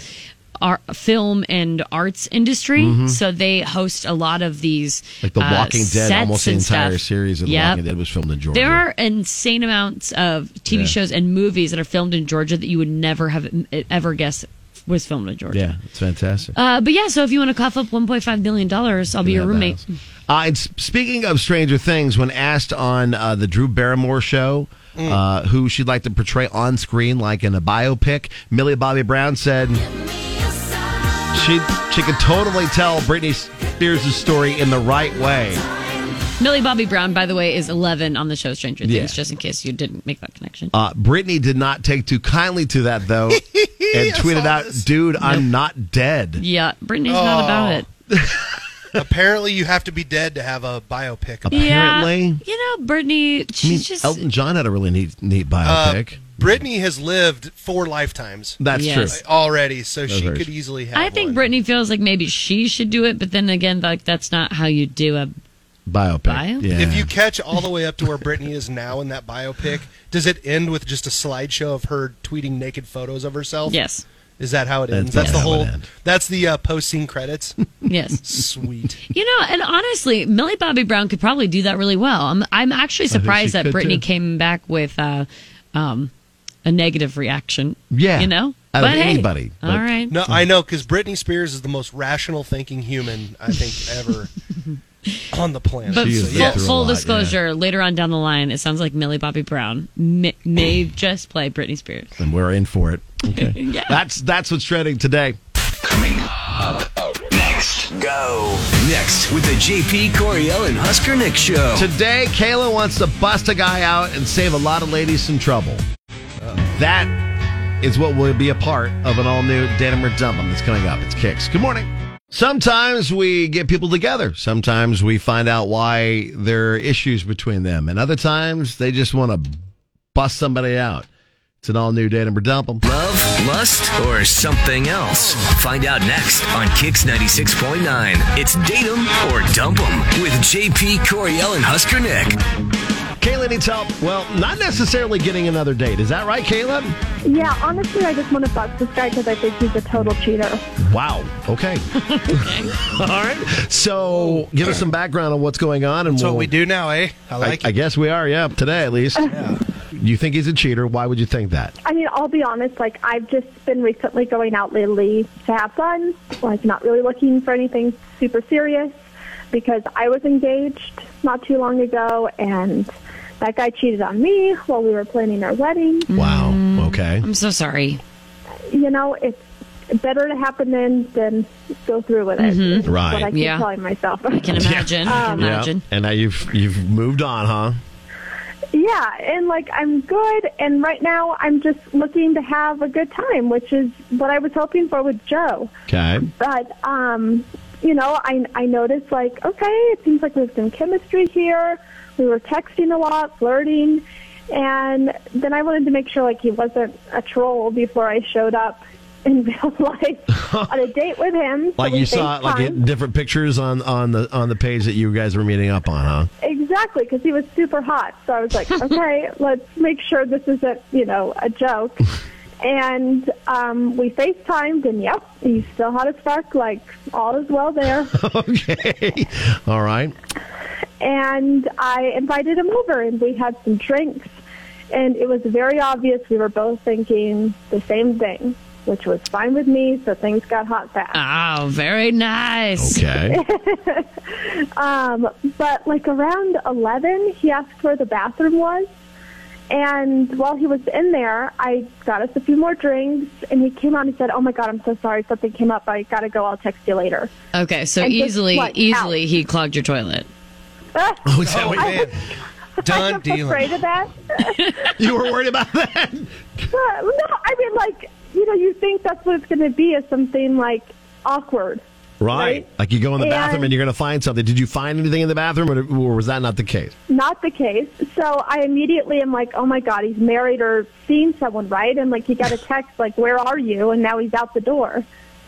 [SPEAKER 13] Art, film and arts industry,
[SPEAKER 12] Mhm.
[SPEAKER 13] so they host a lot of these
[SPEAKER 12] Like The
[SPEAKER 13] uh,
[SPEAKER 12] Walking Dead,
[SPEAKER 13] sets
[SPEAKER 12] almost the
[SPEAKER 13] and
[SPEAKER 12] entire
[SPEAKER 13] stuff.
[SPEAKER 12] series of
[SPEAKER 13] Yep.
[SPEAKER 12] The Walking Dead was filmed in Georgia.
[SPEAKER 13] There are insane amounts of TV
[SPEAKER 12] Yeah.
[SPEAKER 13] shows and movies that are filmed in Georgia that you would never have e, ever guessed was filmed in Georgia.
[SPEAKER 12] yeah, it's fantastic.
[SPEAKER 13] Uh, but yeah, so if you want to cough up $1.5 million, I'll be your roommate.
[SPEAKER 12] Uh, and s- speaking of Stranger Things, when asked on uh, the Drew Barrymore show uh, who she'd like to portray on screen, like in a biopic, Millie Bobby Brown said she she could totally tell Britney Spears' story in the right way.
[SPEAKER 13] Millie Bobby Brown, by the way, is 11 on the show Stranger Things,
[SPEAKER 12] Yeah.
[SPEAKER 13] just in case you didn't make that connection.
[SPEAKER 12] Uh, Britney did not take too kindly to that though, and tweeted out, "Dude, I'm not dead."
[SPEAKER 13] Yeah, Brittany's not about
[SPEAKER 14] Oh.
[SPEAKER 13] it.
[SPEAKER 14] Apparently, you have to be dead to have a biopic.
[SPEAKER 12] Apparently.
[SPEAKER 13] Yeah, you know, Brittany,
[SPEAKER 12] I mean,
[SPEAKER 13] she's just.
[SPEAKER 12] Elton John had a really neat neat
[SPEAKER 14] Uh,
[SPEAKER 12] biopic.
[SPEAKER 14] Brittany has lived four lifetimes.
[SPEAKER 12] That's true. Yes.
[SPEAKER 14] Already, so
[SPEAKER 12] That's
[SPEAKER 14] she
[SPEAKER 12] very
[SPEAKER 14] could
[SPEAKER 12] true.
[SPEAKER 14] easily have.
[SPEAKER 13] I think Brittany feels like maybe she should do it, but then again, like that's not how you do a.
[SPEAKER 12] biopic.
[SPEAKER 13] Bio?
[SPEAKER 12] Yeah.
[SPEAKER 14] If you catch all the way up to where Brittany is now in that biopic, does it end with just a slideshow of her tweeting naked photos of herself?
[SPEAKER 13] Yes.
[SPEAKER 14] Is that how it
[SPEAKER 12] That's-
[SPEAKER 14] ends? That's,
[SPEAKER 12] that's
[SPEAKER 14] the
[SPEAKER 12] how it
[SPEAKER 14] whole. That's the uh, post scene credits.
[SPEAKER 13] Yes.
[SPEAKER 14] Sweet.
[SPEAKER 13] You know, and honestly, Millie Bobby Brown could probably do that really well. I'm, I'm actually
[SPEAKER 12] I think she
[SPEAKER 13] surprised that
[SPEAKER 12] could,
[SPEAKER 13] Brittany
[SPEAKER 12] too.
[SPEAKER 13] came back with uh, um, a negative reaction.
[SPEAKER 12] Yeah.
[SPEAKER 13] You know?
[SPEAKER 12] Out of
[SPEAKER 13] But hey,
[SPEAKER 12] anybody, but-
[SPEAKER 13] all right.
[SPEAKER 14] No, I know because Britney Spears is the most rational thinking human I think ever on the planet.
[SPEAKER 13] But
[SPEAKER 14] So,
[SPEAKER 13] full, full disclosure, later on down the line, it sounds like Millie Bobby Brown may, may just play Britney Spears.
[SPEAKER 12] and we're in for it. Okay. That's that's what's trending today.
[SPEAKER 2] Next, go. Next with the JP Coriel and Husker Nick show.
[SPEAKER 12] Today, Kayla wants to bust a guy out and save a lot of ladies some trouble. That is what will be a part of an all new Denim or Dump 'Em that's coming up. It's Kicks. Good morning. Sometimes we get people together. Sometimes we find out why there are issues between them. And other times they just want to bust somebody out. It's an all new Denim or Dump 'em.
[SPEAKER 2] Love, lust, or something else? Find out next on Kix 96.9. It's Date 'em or Dump 'em with JP Coriel and Husker Nick.
[SPEAKER 12] Kayla needs help. Well, not necessarily getting another date. Is that right, Caleb?
[SPEAKER 9] Yeah, honestly, I just want to bust this guy because I think he's a total cheater.
[SPEAKER 12] Wow. Okay. All right. So give us some background on what's going on, and
[SPEAKER 14] That's
[SPEAKER 12] we'll,
[SPEAKER 14] what we do now, eh? I like
[SPEAKER 12] I,
[SPEAKER 14] it.
[SPEAKER 12] guess we are. Yeah, today at least. You think he's a cheater? Why would you think that?
[SPEAKER 9] I mean, I'll be honest, like, I've just been recently going out lately to have fun, like, not really looking for anything super serious because I was engaged not too long ago and that guy cheated on me while we were planning our wedding.
[SPEAKER 13] Mm-hmm.
[SPEAKER 12] Wow. Okay.
[SPEAKER 13] Mm. I'm so sorry.
[SPEAKER 9] You know, it's better to happen then than go through with it.
[SPEAKER 12] Mhm.
[SPEAKER 9] is
[SPEAKER 12] Right.
[SPEAKER 9] What I keep
[SPEAKER 12] Yeah.
[SPEAKER 9] telling myself. Um, I
[SPEAKER 13] can imagine.
[SPEAKER 12] Yeah. And now you've you've moved on, huh?
[SPEAKER 9] Yeah, and like I'm good, and right now I'm just looking to have a good time, which is what I was hoping for with Joe.
[SPEAKER 12] Okay.
[SPEAKER 9] But um, you know, I I noticed like okay, it seems like there's some chemistry here. We were texting a lot, flirting, and then I wanted to make sure like he wasn't a troll before I showed up in real life on a date with him. So
[SPEAKER 12] Like
[SPEAKER 9] we
[SPEAKER 12] you saw like
[SPEAKER 9] FaceTimed.
[SPEAKER 12] in different pictures on on the on the page that you guys were meeting up on, huh?
[SPEAKER 9] Exactly, because he was super hot. So I was like, okay, let's make sure this isn't, you know, a joke. And um, we FaceTimed, and yep, he's still hot as fuck. Like, all is well there.
[SPEAKER 12] okay. All right.
[SPEAKER 9] and I invited him over, and we had some drinks. And it was very obvious we were both thinking the same thing, which was fine with me. So things got hot fast.
[SPEAKER 13] Oh, very nice.
[SPEAKER 12] Okay.
[SPEAKER 9] um, but like around 11, he asked where the bathroom was. And while he was in there, I got us a few more drinks, and he came out and said, "Oh my God, I'm so sorry, something came up. I gotta go. I'll text you later."
[SPEAKER 13] Okay, so
[SPEAKER 9] And just
[SPEAKER 13] easily,
[SPEAKER 9] went
[SPEAKER 13] easily he clogged your toilet.
[SPEAKER 9] Oh,
[SPEAKER 13] is that what-
[SPEAKER 9] I was, I
[SPEAKER 13] Done
[SPEAKER 9] was afraid of that.
[SPEAKER 12] you were worried about that.
[SPEAKER 9] Uh, no, I mean, like, you know, you think that's what it's going to be is something, like, awkward.
[SPEAKER 12] Right. Like you go in the
[SPEAKER 9] And-
[SPEAKER 12] bathroom and you're going to find something. Did you find anything in the bathroom or, or was that not the case?
[SPEAKER 9] Not the case. So I immediately am like, oh my God, he's married or seeing someone, right? And, like, he got a text, like, where are you? And now he's out the door.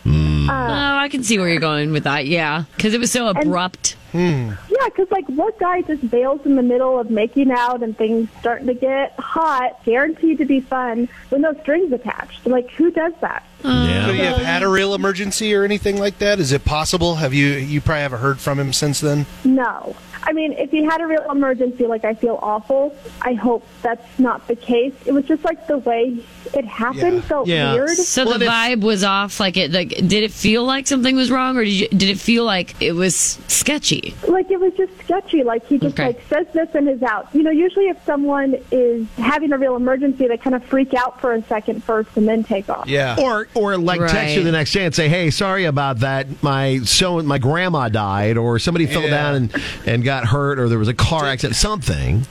[SPEAKER 9] uh,
[SPEAKER 13] oh, I can see where you're going with that. Yeah, because it was so abrupt.
[SPEAKER 9] Yeah, because, like, what guy just bails in the middle of making out and things starting to get hot, guaranteed to be fun, with no strings attached? Like, who does that?
[SPEAKER 14] Could he have had a real emergency or anything like that? Is it possible? Have you you probably haven't heard from him since then?
[SPEAKER 9] No. I mean, if he had a real emergency, like I feel awful. I hope that's not the case. It was just like the way it happened felt Oh, weird.
[SPEAKER 13] So the vibe was off. Like it. Like did it feel like something was wrong, or did you, did it feel like it was sketchy?
[SPEAKER 9] like it was just sketchy. Like he just
[SPEAKER 13] Okay.
[SPEAKER 9] like says this and is out. You know, usually if someone is having a real emergency, they kind of freak out for a second first and then take off.
[SPEAKER 12] Or or like text you the next day and say, "Hey, sorry about that. My so my grandma died or somebody fell
[SPEAKER 14] Yeah.
[SPEAKER 12] down and, and got hurt or there was a car accident something."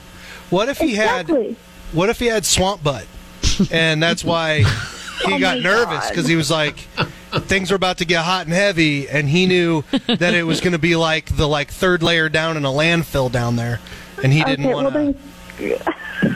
[SPEAKER 14] What if he
[SPEAKER 9] had
[SPEAKER 14] What if he had swamp butt? And that's why he
[SPEAKER 12] Oh
[SPEAKER 14] got
[SPEAKER 12] my
[SPEAKER 14] nervous
[SPEAKER 12] God.
[SPEAKER 14] because he was like things were about to get hot and heavy and he knew that it was going to be like the like third layer down in a landfill down there and he didn't
[SPEAKER 9] okay,
[SPEAKER 14] want to
[SPEAKER 9] well, then,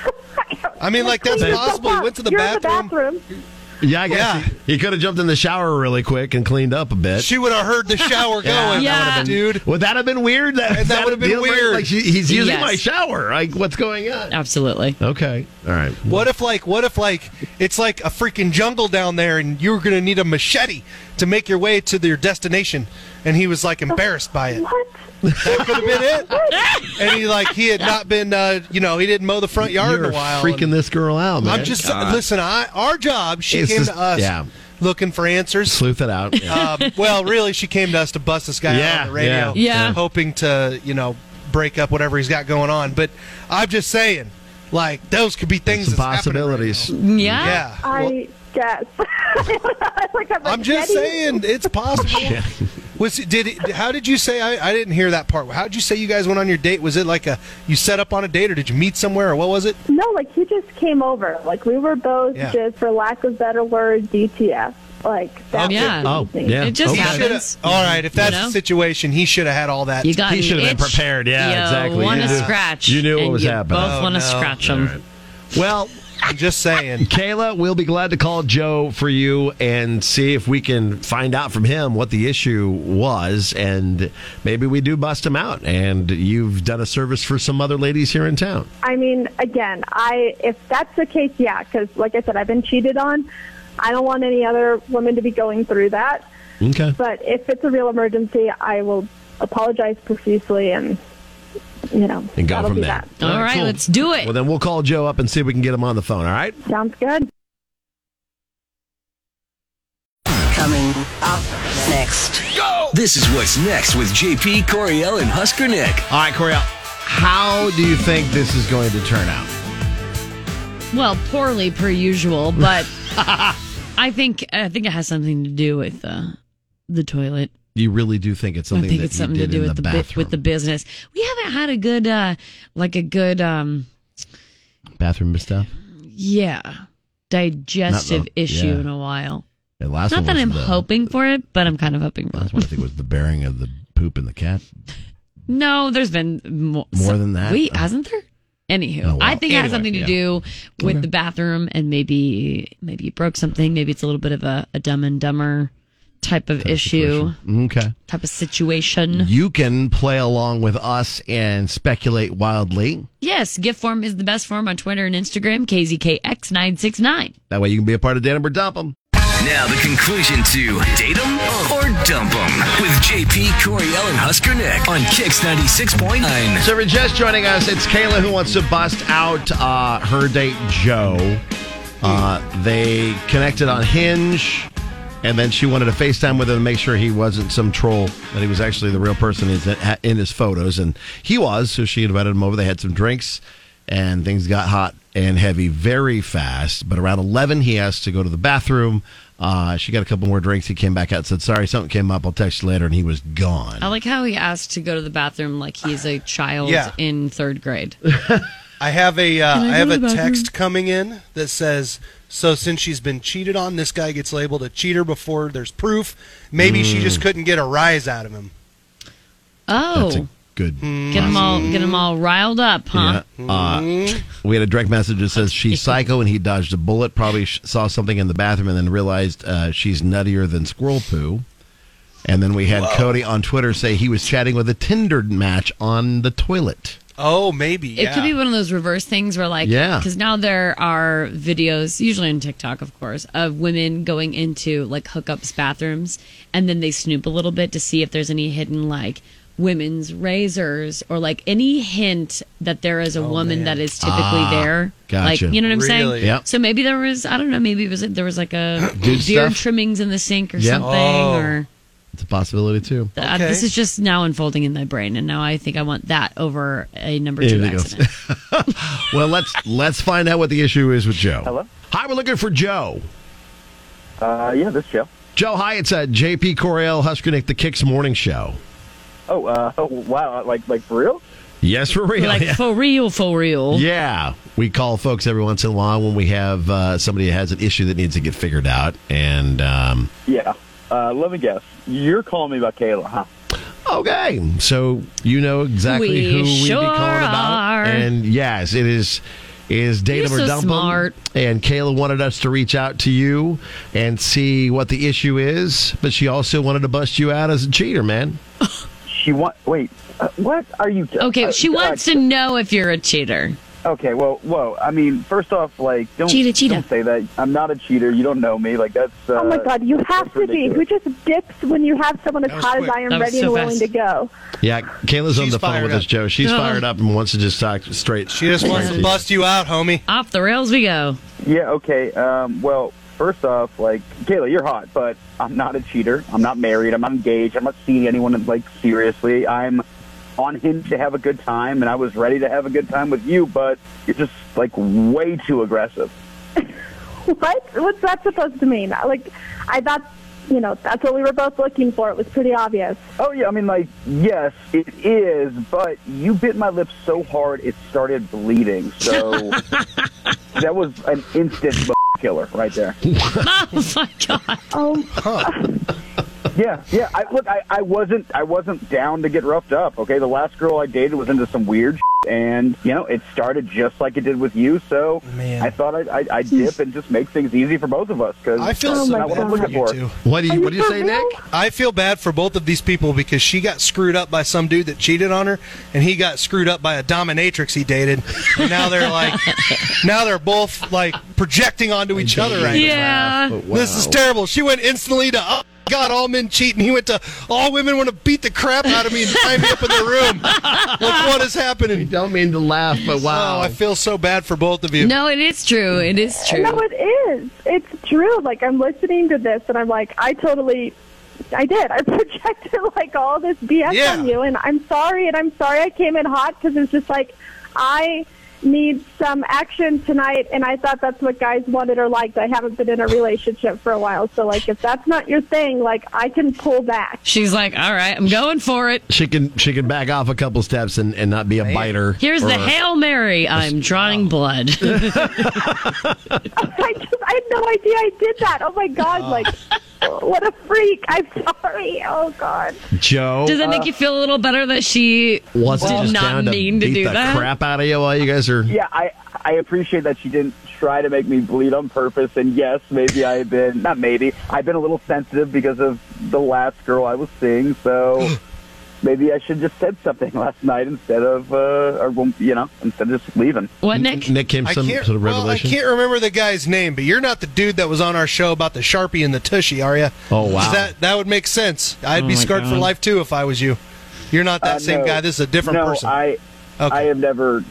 [SPEAKER 14] I mean like that's
[SPEAKER 9] Clean yourself
[SPEAKER 14] possible. He
[SPEAKER 9] up.
[SPEAKER 14] went to the
[SPEAKER 9] You're
[SPEAKER 14] bathroom.
[SPEAKER 9] In the bathroom.
[SPEAKER 12] Yeah, I guess he, he could have jumped in the shower really quick and cleaned up a bit.
[SPEAKER 14] She would have heard the shower going.
[SPEAKER 12] that
[SPEAKER 14] Yeah.
[SPEAKER 12] would've been- Would that have been weird? That,
[SPEAKER 14] And that
[SPEAKER 12] that'd
[SPEAKER 14] would've been
[SPEAKER 12] deal breaker?
[SPEAKER 14] weird.
[SPEAKER 12] Like she, he's using
[SPEAKER 14] Yes.
[SPEAKER 12] my shower. Like what's going on?
[SPEAKER 13] Absolutely.
[SPEAKER 12] Okay. All right.
[SPEAKER 14] What if like what if like it's like a freaking jungle down there and you're gonna need a machete to make your way to your destination and he was like embarrassed by it.
[SPEAKER 9] What?
[SPEAKER 14] That could have been it. and he like he had not been uh, you know, he didn't mow the front yard
[SPEAKER 12] You're
[SPEAKER 14] in a while.
[SPEAKER 12] freaking
[SPEAKER 14] and
[SPEAKER 12] this girl out, man.
[SPEAKER 14] I'm just
[SPEAKER 12] God.
[SPEAKER 14] listen, I our job, she
[SPEAKER 12] It's
[SPEAKER 14] came
[SPEAKER 12] just-
[SPEAKER 14] to us
[SPEAKER 12] yeah.
[SPEAKER 14] looking for answers.
[SPEAKER 12] Sleuth it out. Yeah.
[SPEAKER 14] Uh, well, really she came to us to bust this guy out
[SPEAKER 12] Yeah,
[SPEAKER 14] on the radio.
[SPEAKER 12] yeah, yeah.
[SPEAKER 14] Hoping to, you know, break up whatever he's got going on. But I'm just saying, like, those could be things that's happening
[SPEAKER 12] possibilities.
[SPEAKER 13] Yeah.
[SPEAKER 14] Yeah.
[SPEAKER 9] I guess. like I'm,
[SPEAKER 14] I'm just saying it's possible. Was it- did it, how did you say I, I didn't hear that part? How did you say you guys went on your date? Was it like a you set up on a date or did you meet somewhere or what was it?
[SPEAKER 9] No, like he just came over. Like we were both
[SPEAKER 14] Yeah.
[SPEAKER 9] just, for lack of better word, DTF. Like that. was
[SPEAKER 12] Oh,
[SPEAKER 9] amazing.
[SPEAKER 12] yeah.
[SPEAKER 14] He shoulda- All right, if that's the situation, he should have had all that.
[SPEAKER 12] You got He an shoulda been itch, prepared, yeah, you exactly. wanna You knew- scratch, you knew what and was you happening.
[SPEAKER 14] Oh,
[SPEAKER 12] both wanna scratch 'em. Oh, All right. Well,
[SPEAKER 14] I'm just saying.
[SPEAKER 12] Kayla, we'll be glad to call Joe for you and see if we can find out from him what the issue was. And maybe we do bust him out. And you've done a service for some other ladies here in town.
[SPEAKER 9] I mean, again, I if that's the case, yeah, because like I said, I've been cheated on. I don't want any other woman to be going through that.
[SPEAKER 12] Okay.
[SPEAKER 9] But if it's a real emergency, I will apologize profusely and you know
[SPEAKER 12] And go
[SPEAKER 9] that'll
[SPEAKER 12] from
[SPEAKER 9] be
[SPEAKER 12] there.
[SPEAKER 9] that.
[SPEAKER 13] All right, let's do it.
[SPEAKER 12] Well, then we'll call Joe up and see if we can get him on the phone. All right.
[SPEAKER 9] Sounds good.
[SPEAKER 2] Coming up next. Go! This is what's next with JP, Coriel, and Husker Nick.
[SPEAKER 12] All right, Coriel. How do you think this is going to turn out?
[SPEAKER 13] Well, poorly per usual, but I think I think it has something to do with uh, the toilet.
[SPEAKER 12] You really do think it's
[SPEAKER 13] I
[SPEAKER 12] something
[SPEAKER 13] think
[SPEAKER 12] that
[SPEAKER 13] it's
[SPEAKER 12] you
[SPEAKER 13] something to
[SPEAKER 12] did
[SPEAKER 13] do
[SPEAKER 12] in
[SPEAKER 13] with
[SPEAKER 12] the
[SPEAKER 13] the, bu-
[SPEAKER 12] bathroom?
[SPEAKER 13] with the business. We haven't had a good uh, like a good um,
[SPEAKER 12] bathroom stuff.
[SPEAKER 13] yeah digestive
[SPEAKER 12] Not the-
[SPEAKER 13] issue
[SPEAKER 12] yeah.
[SPEAKER 13] in a while.
[SPEAKER 12] The last
[SPEAKER 13] Not
[SPEAKER 12] one
[SPEAKER 13] that
[SPEAKER 12] was
[SPEAKER 13] I'm
[SPEAKER 12] the-
[SPEAKER 13] hoping for it, but I'm kind of hoping for it.
[SPEAKER 12] That's what I think was the bearing of the poop in the cat.
[SPEAKER 13] No, there's been more,
[SPEAKER 12] More than that?
[SPEAKER 13] Wait, hasn't there? Anywho,
[SPEAKER 12] Oh, wow.
[SPEAKER 13] I think it has
[SPEAKER 12] Anyway,
[SPEAKER 13] something to
[SPEAKER 12] yeah.
[SPEAKER 13] do with
[SPEAKER 12] Okay.
[SPEAKER 13] the bathroom and maybe maybe you broke something. Maybe it's a little bit of a, a dumb and dumber type of issue,
[SPEAKER 12] Okay.
[SPEAKER 13] type of situation.
[SPEAKER 12] You can play along with us and speculate wildly.
[SPEAKER 13] Yes, gift form is the best form on Twitter and Instagram, KZKX969.
[SPEAKER 12] That way you can be a part of Datum or Dump 'em.
[SPEAKER 2] Now the conclusion to Date 'em or Dump 'em with JP, Coriel, and Husker Nick on Kix 96.9.
[SPEAKER 12] So, if you're just joining us, it's Kayla who wants to bust out uh, her date, Joe. Uh, they connected on Hinge, and then she wanted to FaceTime with him to make sure he wasn't some troll, that he was actually the real person is- in his photos. And he was, so she invited him over. They had some drinks, and things got hot, and heavy very fast. But around 11, he has to go to the bathroom. Uh, she got a couple more drinks. He came back out and said, Sorry, something came up. I'll text you later. And he was gone.
[SPEAKER 13] I like how he asked to go to the bathroom like he's a child
[SPEAKER 14] Yeah.
[SPEAKER 13] in third grade.
[SPEAKER 14] I have a uh,
[SPEAKER 13] Can I
[SPEAKER 14] I,
[SPEAKER 13] go
[SPEAKER 14] have
[SPEAKER 13] to
[SPEAKER 14] a
[SPEAKER 13] the bathroom?
[SPEAKER 14] text coming in that says so since she's been cheated on, this guy gets labeled a cheater before there's proof. Maybe she
[SPEAKER 12] Mm.
[SPEAKER 14] just couldn't get a rise out of him.
[SPEAKER 13] Oh,
[SPEAKER 12] That's a good.
[SPEAKER 13] get them all get them all riled up, huh? Mm-hmm.
[SPEAKER 12] Yeah. Uh, we had a direct message that says she's psycho and he dodged a bullet. Probably sh- saw something in the bathroom and then realized uh, she's nuttier than squirrel poo. And then we had Cody on Twitter say he was chatting with a Tinder match on the toilet.
[SPEAKER 14] Oh, maybe.
[SPEAKER 13] It could be one of those reverse things where, like,
[SPEAKER 12] Yeah.
[SPEAKER 13] because now there are videos, usually on TikTok, of course, of women going into like hookups bathrooms, and then they snoop a little bit to see if there's any hidden like women's razors or like any hint that there is a woman that is typically
[SPEAKER 12] Oh, Ah,
[SPEAKER 13] there.
[SPEAKER 12] gotcha.
[SPEAKER 13] Like, you know what I'm
[SPEAKER 12] Really?
[SPEAKER 13] saying?
[SPEAKER 12] Yep.
[SPEAKER 13] So maybe there was, I don't know, maybe it was there was like a
[SPEAKER 12] Dude
[SPEAKER 13] deer
[SPEAKER 12] stuff?
[SPEAKER 13] trimmings in the sink or
[SPEAKER 12] Yeah.
[SPEAKER 13] something,
[SPEAKER 12] Oh.
[SPEAKER 13] or
[SPEAKER 12] It's a possibility too.
[SPEAKER 13] uh, this is just now unfolding in my brain, and now I think I want that over a number two
[SPEAKER 12] Anything else?
[SPEAKER 13] accident.
[SPEAKER 12] well, let's let's find out what the issue is with Joe.
[SPEAKER 8] Hello?
[SPEAKER 12] Hi, we're looking for Joe.
[SPEAKER 8] Uh, yeah, this Joe.
[SPEAKER 12] Joe, hi. It's uh, JP Coriel Huskernick, the Kicks Morning Show.
[SPEAKER 8] Oh, uh, oh, wow, like like for real?
[SPEAKER 12] Yes, for real.
[SPEAKER 13] Like
[SPEAKER 12] yeah.
[SPEAKER 13] for real, for real.
[SPEAKER 12] Yeah, we call folks every once in a while when we have uh, somebody that has an issue that needs to get figured out, and um,
[SPEAKER 8] Yeah. Uh, let me guess. You're calling me about Kayla, huh?
[SPEAKER 12] okay, so you know exactly
[SPEAKER 8] We
[SPEAKER 12] who we'd
[SPEAKER 8] sure
[SPEAKER 12] be calling
[SPEAKER 8] are.
[SPEAKER 12] about, and yes, it is is datum
[SPEAKER 8] You're
[SPEAKER 12] or
[SPEAKER 8] so
[SPEAKER 12] dump 'em.
[SPEAKER 8] smart.
[SPEAKER 12] And Kayla wanted us to reach out to you and see what the issue is, but she also wanted to bust you out as a cheater, man.
[SPEAKER 8] She want wait, uh, what are you?
[SPEAKER 13] Okay,
[SPEAKER 8] uh,
[SPEAKER 13] she
[SPEAKER 8] uh,
[SPEAKER 13] wants to know if you're a cheater.
[SPEAKER 8] Okay, well, whoa. I mean, first off, like, don't
[SPEAKER 13] Cheetah, cheetah.
[SPEAKER 8] don't say that. I'm not a cheater. You don't know me. Like that's. Uh,
[SPEAKER 9] Oh my God, you have
[SPEAKER 8] that's
[SPEAKER 9] to be. Who
[SPEAKER 8] ridiculous.
[SPEAKER 9] just dips when you have someone as
[SPEAKER 8] was
[SPEAKER 9] hot as
[SPEAKER 8] quick.
[SPEAKER 9] I
[SPEAKER 8] That
[SPEAKER 9] am
[SPEAKER 8] was
[SPEAKER 9] ready
[SPEAKER 8] so
[SPEAKER 9] and willing
[SPEAKER 8] fast.
[SPEAKER 9] to go?
[SPEAKER 12] Yeah, Kayla's on
[SPEAKER 8] She's
[SPEAKER 12] the phone
[SPEAKER 8] fired
[SPEAKER 12] with us,
[SPEAKER 8] up.
[SPEAKER 12] Joe. She's
[SPEAKER 13] Ugh.
[SPEAKER 12] fired up and wants to just talk straight. She
[SPEAKER 8] just wants to bust
[SPEAKER 14] you out, homie.
[SPEAKER 13] Off the rails we go.
[SPEAKER 8] Yeah. Okay. Um, well, first off, like Kayla, you're hot, but I'm not a cheater. I'm not married. I'm not engaged. I'm not seeing anyone like seriously. I'm on Hinge to have a good time, and I was ready to have a good time with you, but you're just like way too aggressive.
[SPEAKER 9] What? What's that supposed to mean? I- Like, I thought, you know, that's what we were both looking for. It was pretty obvious.
[SPEAKER 8] Oh yeah, I mean like yes, it is, but you bit my lip so hard it started bleeding. So that was an instant killer right there.
[SPEAKER 13] oh my god.
[SPEAKER 9] Oh.
[SPEAKER 8] Yeah, yeah. I look I, I wasn't I wasn't down to get roughed up, okay? The last girl I dated was into some weird shit, and you know, it started just like it did with you, so I thought I'd, I'd, I'd dip and just make things easy for both of us because
[SPEAKER 14] I feel so
[SPEAKER 8] not what
[SPEAKER 14] bad
[SPEAKER 8] I'm
[SPEAKER 14] for
[SPEAKER 8] looking
[SPEAKER 14] you
[SPEAKER 8] for.
[SPEAKER 14] two.
[SPEAKER 12] What do you, what do you say, Nick?
[SPEAKER 14] I feel bad for both of these people because she got screwed up by some dude that cheated on her, and he got screwed up by a dominatrix he dated. And now they're like, now they're both like projecting onto each other right
[SPEAKER 13] Yeah.
[SPEAKER 14] now.
[SPEAKER 13] Wow.
[SPEAKER 14] This is terrible. She went instantly to, oh, God, all men cheat, and he went to, all women want to beat the crap out of me and tie me up in their room. Look what is happening. You
[SPEAKER 12] don't mean to laugh, but
[SPEAKER 14] wow. I feel so bad for both of you.
[SPEAKER 13] No, it is true. It is true.
[SPEAKER 9] No, it is. It's true. Like I'm listening to this, and I'm like, I totally, I did. I projected like all this BS
[SPEAKER 10] Yeah.
[SPEAKER 9] on you, and I'm sorry, and I'm sorry I came in hot because it's just like I need some action tonight, and I thought that's what guys wanted or liked. I haven't been in a relationship for a while, so like if that's not your thing, like I can pull back.
[SPEAKER 13] She's like, all right, I'm going for it.
[SPEAKER 12] She can she can back off a couple steps and, and not be a biter.
[SPEAKER 13] Here's the
[SPEAKER 12] or-
[SPEAKER 13] Hail Mary. I'm drawing blood.
[SPEAKER 9] I just, I had no idea I did that. Oh my god, like what a freak. I'm sorry. Oh god.
[SPEAKER 12] Joe.
[SPEAKER 13] Does that make you feel a little better that she
[SPEAKER 12] Wants to
[SPEAKER 13] did
[SPEAKER 12] just down
[SPEAKER 13] not
[SPEAKER 12] to
[SPEAKER 13] mean to,
[SPEAKER 12] beat
[SPEAKER 13] do
[SPEAKER 12] the
[SPEAKER 13] that?
[SPEAKER 12] crap out of you while you guys are.
[SPEAKER 8] Yeah, I I appreciate that she didn't try to make me bleed on purpose. And yes, maybe I've been not maybe I've been a little sensitive because of the last girl I was seeing. So maybe I should just said something last night instead of uh, or well, you know instead of just leaving.
[SPEAKER 13] What Nick?
[SPEAKER 12] Nick
[SPEAKER 8] came
[SPEAKER 14] I can't- Well, I can't remember the guy's name, but you're not the dude that was on our show about the Sharpie and the Tushy, are you?
[SPEAKER 12] Oh, wow.
[SPEAKER 14] That that would make sense. I'd
[SPEAKER 8] Oh,
[SPEAKER 14] be
[SPEAKER 8] my
[SPEAKER 14] scarred for
[SPEAKER 8] God.
[SPEAKER 14] life too if I was you. You're not that
[SPEAKER 8] Uh,
[SPEAKER 14] same
[SPEAKER 8] no.
[SPEAKER 14] guy. This is a different
[SPEAKER 8] no,
[SPEAKER 14] person.
[SPEAKER 8] I I have never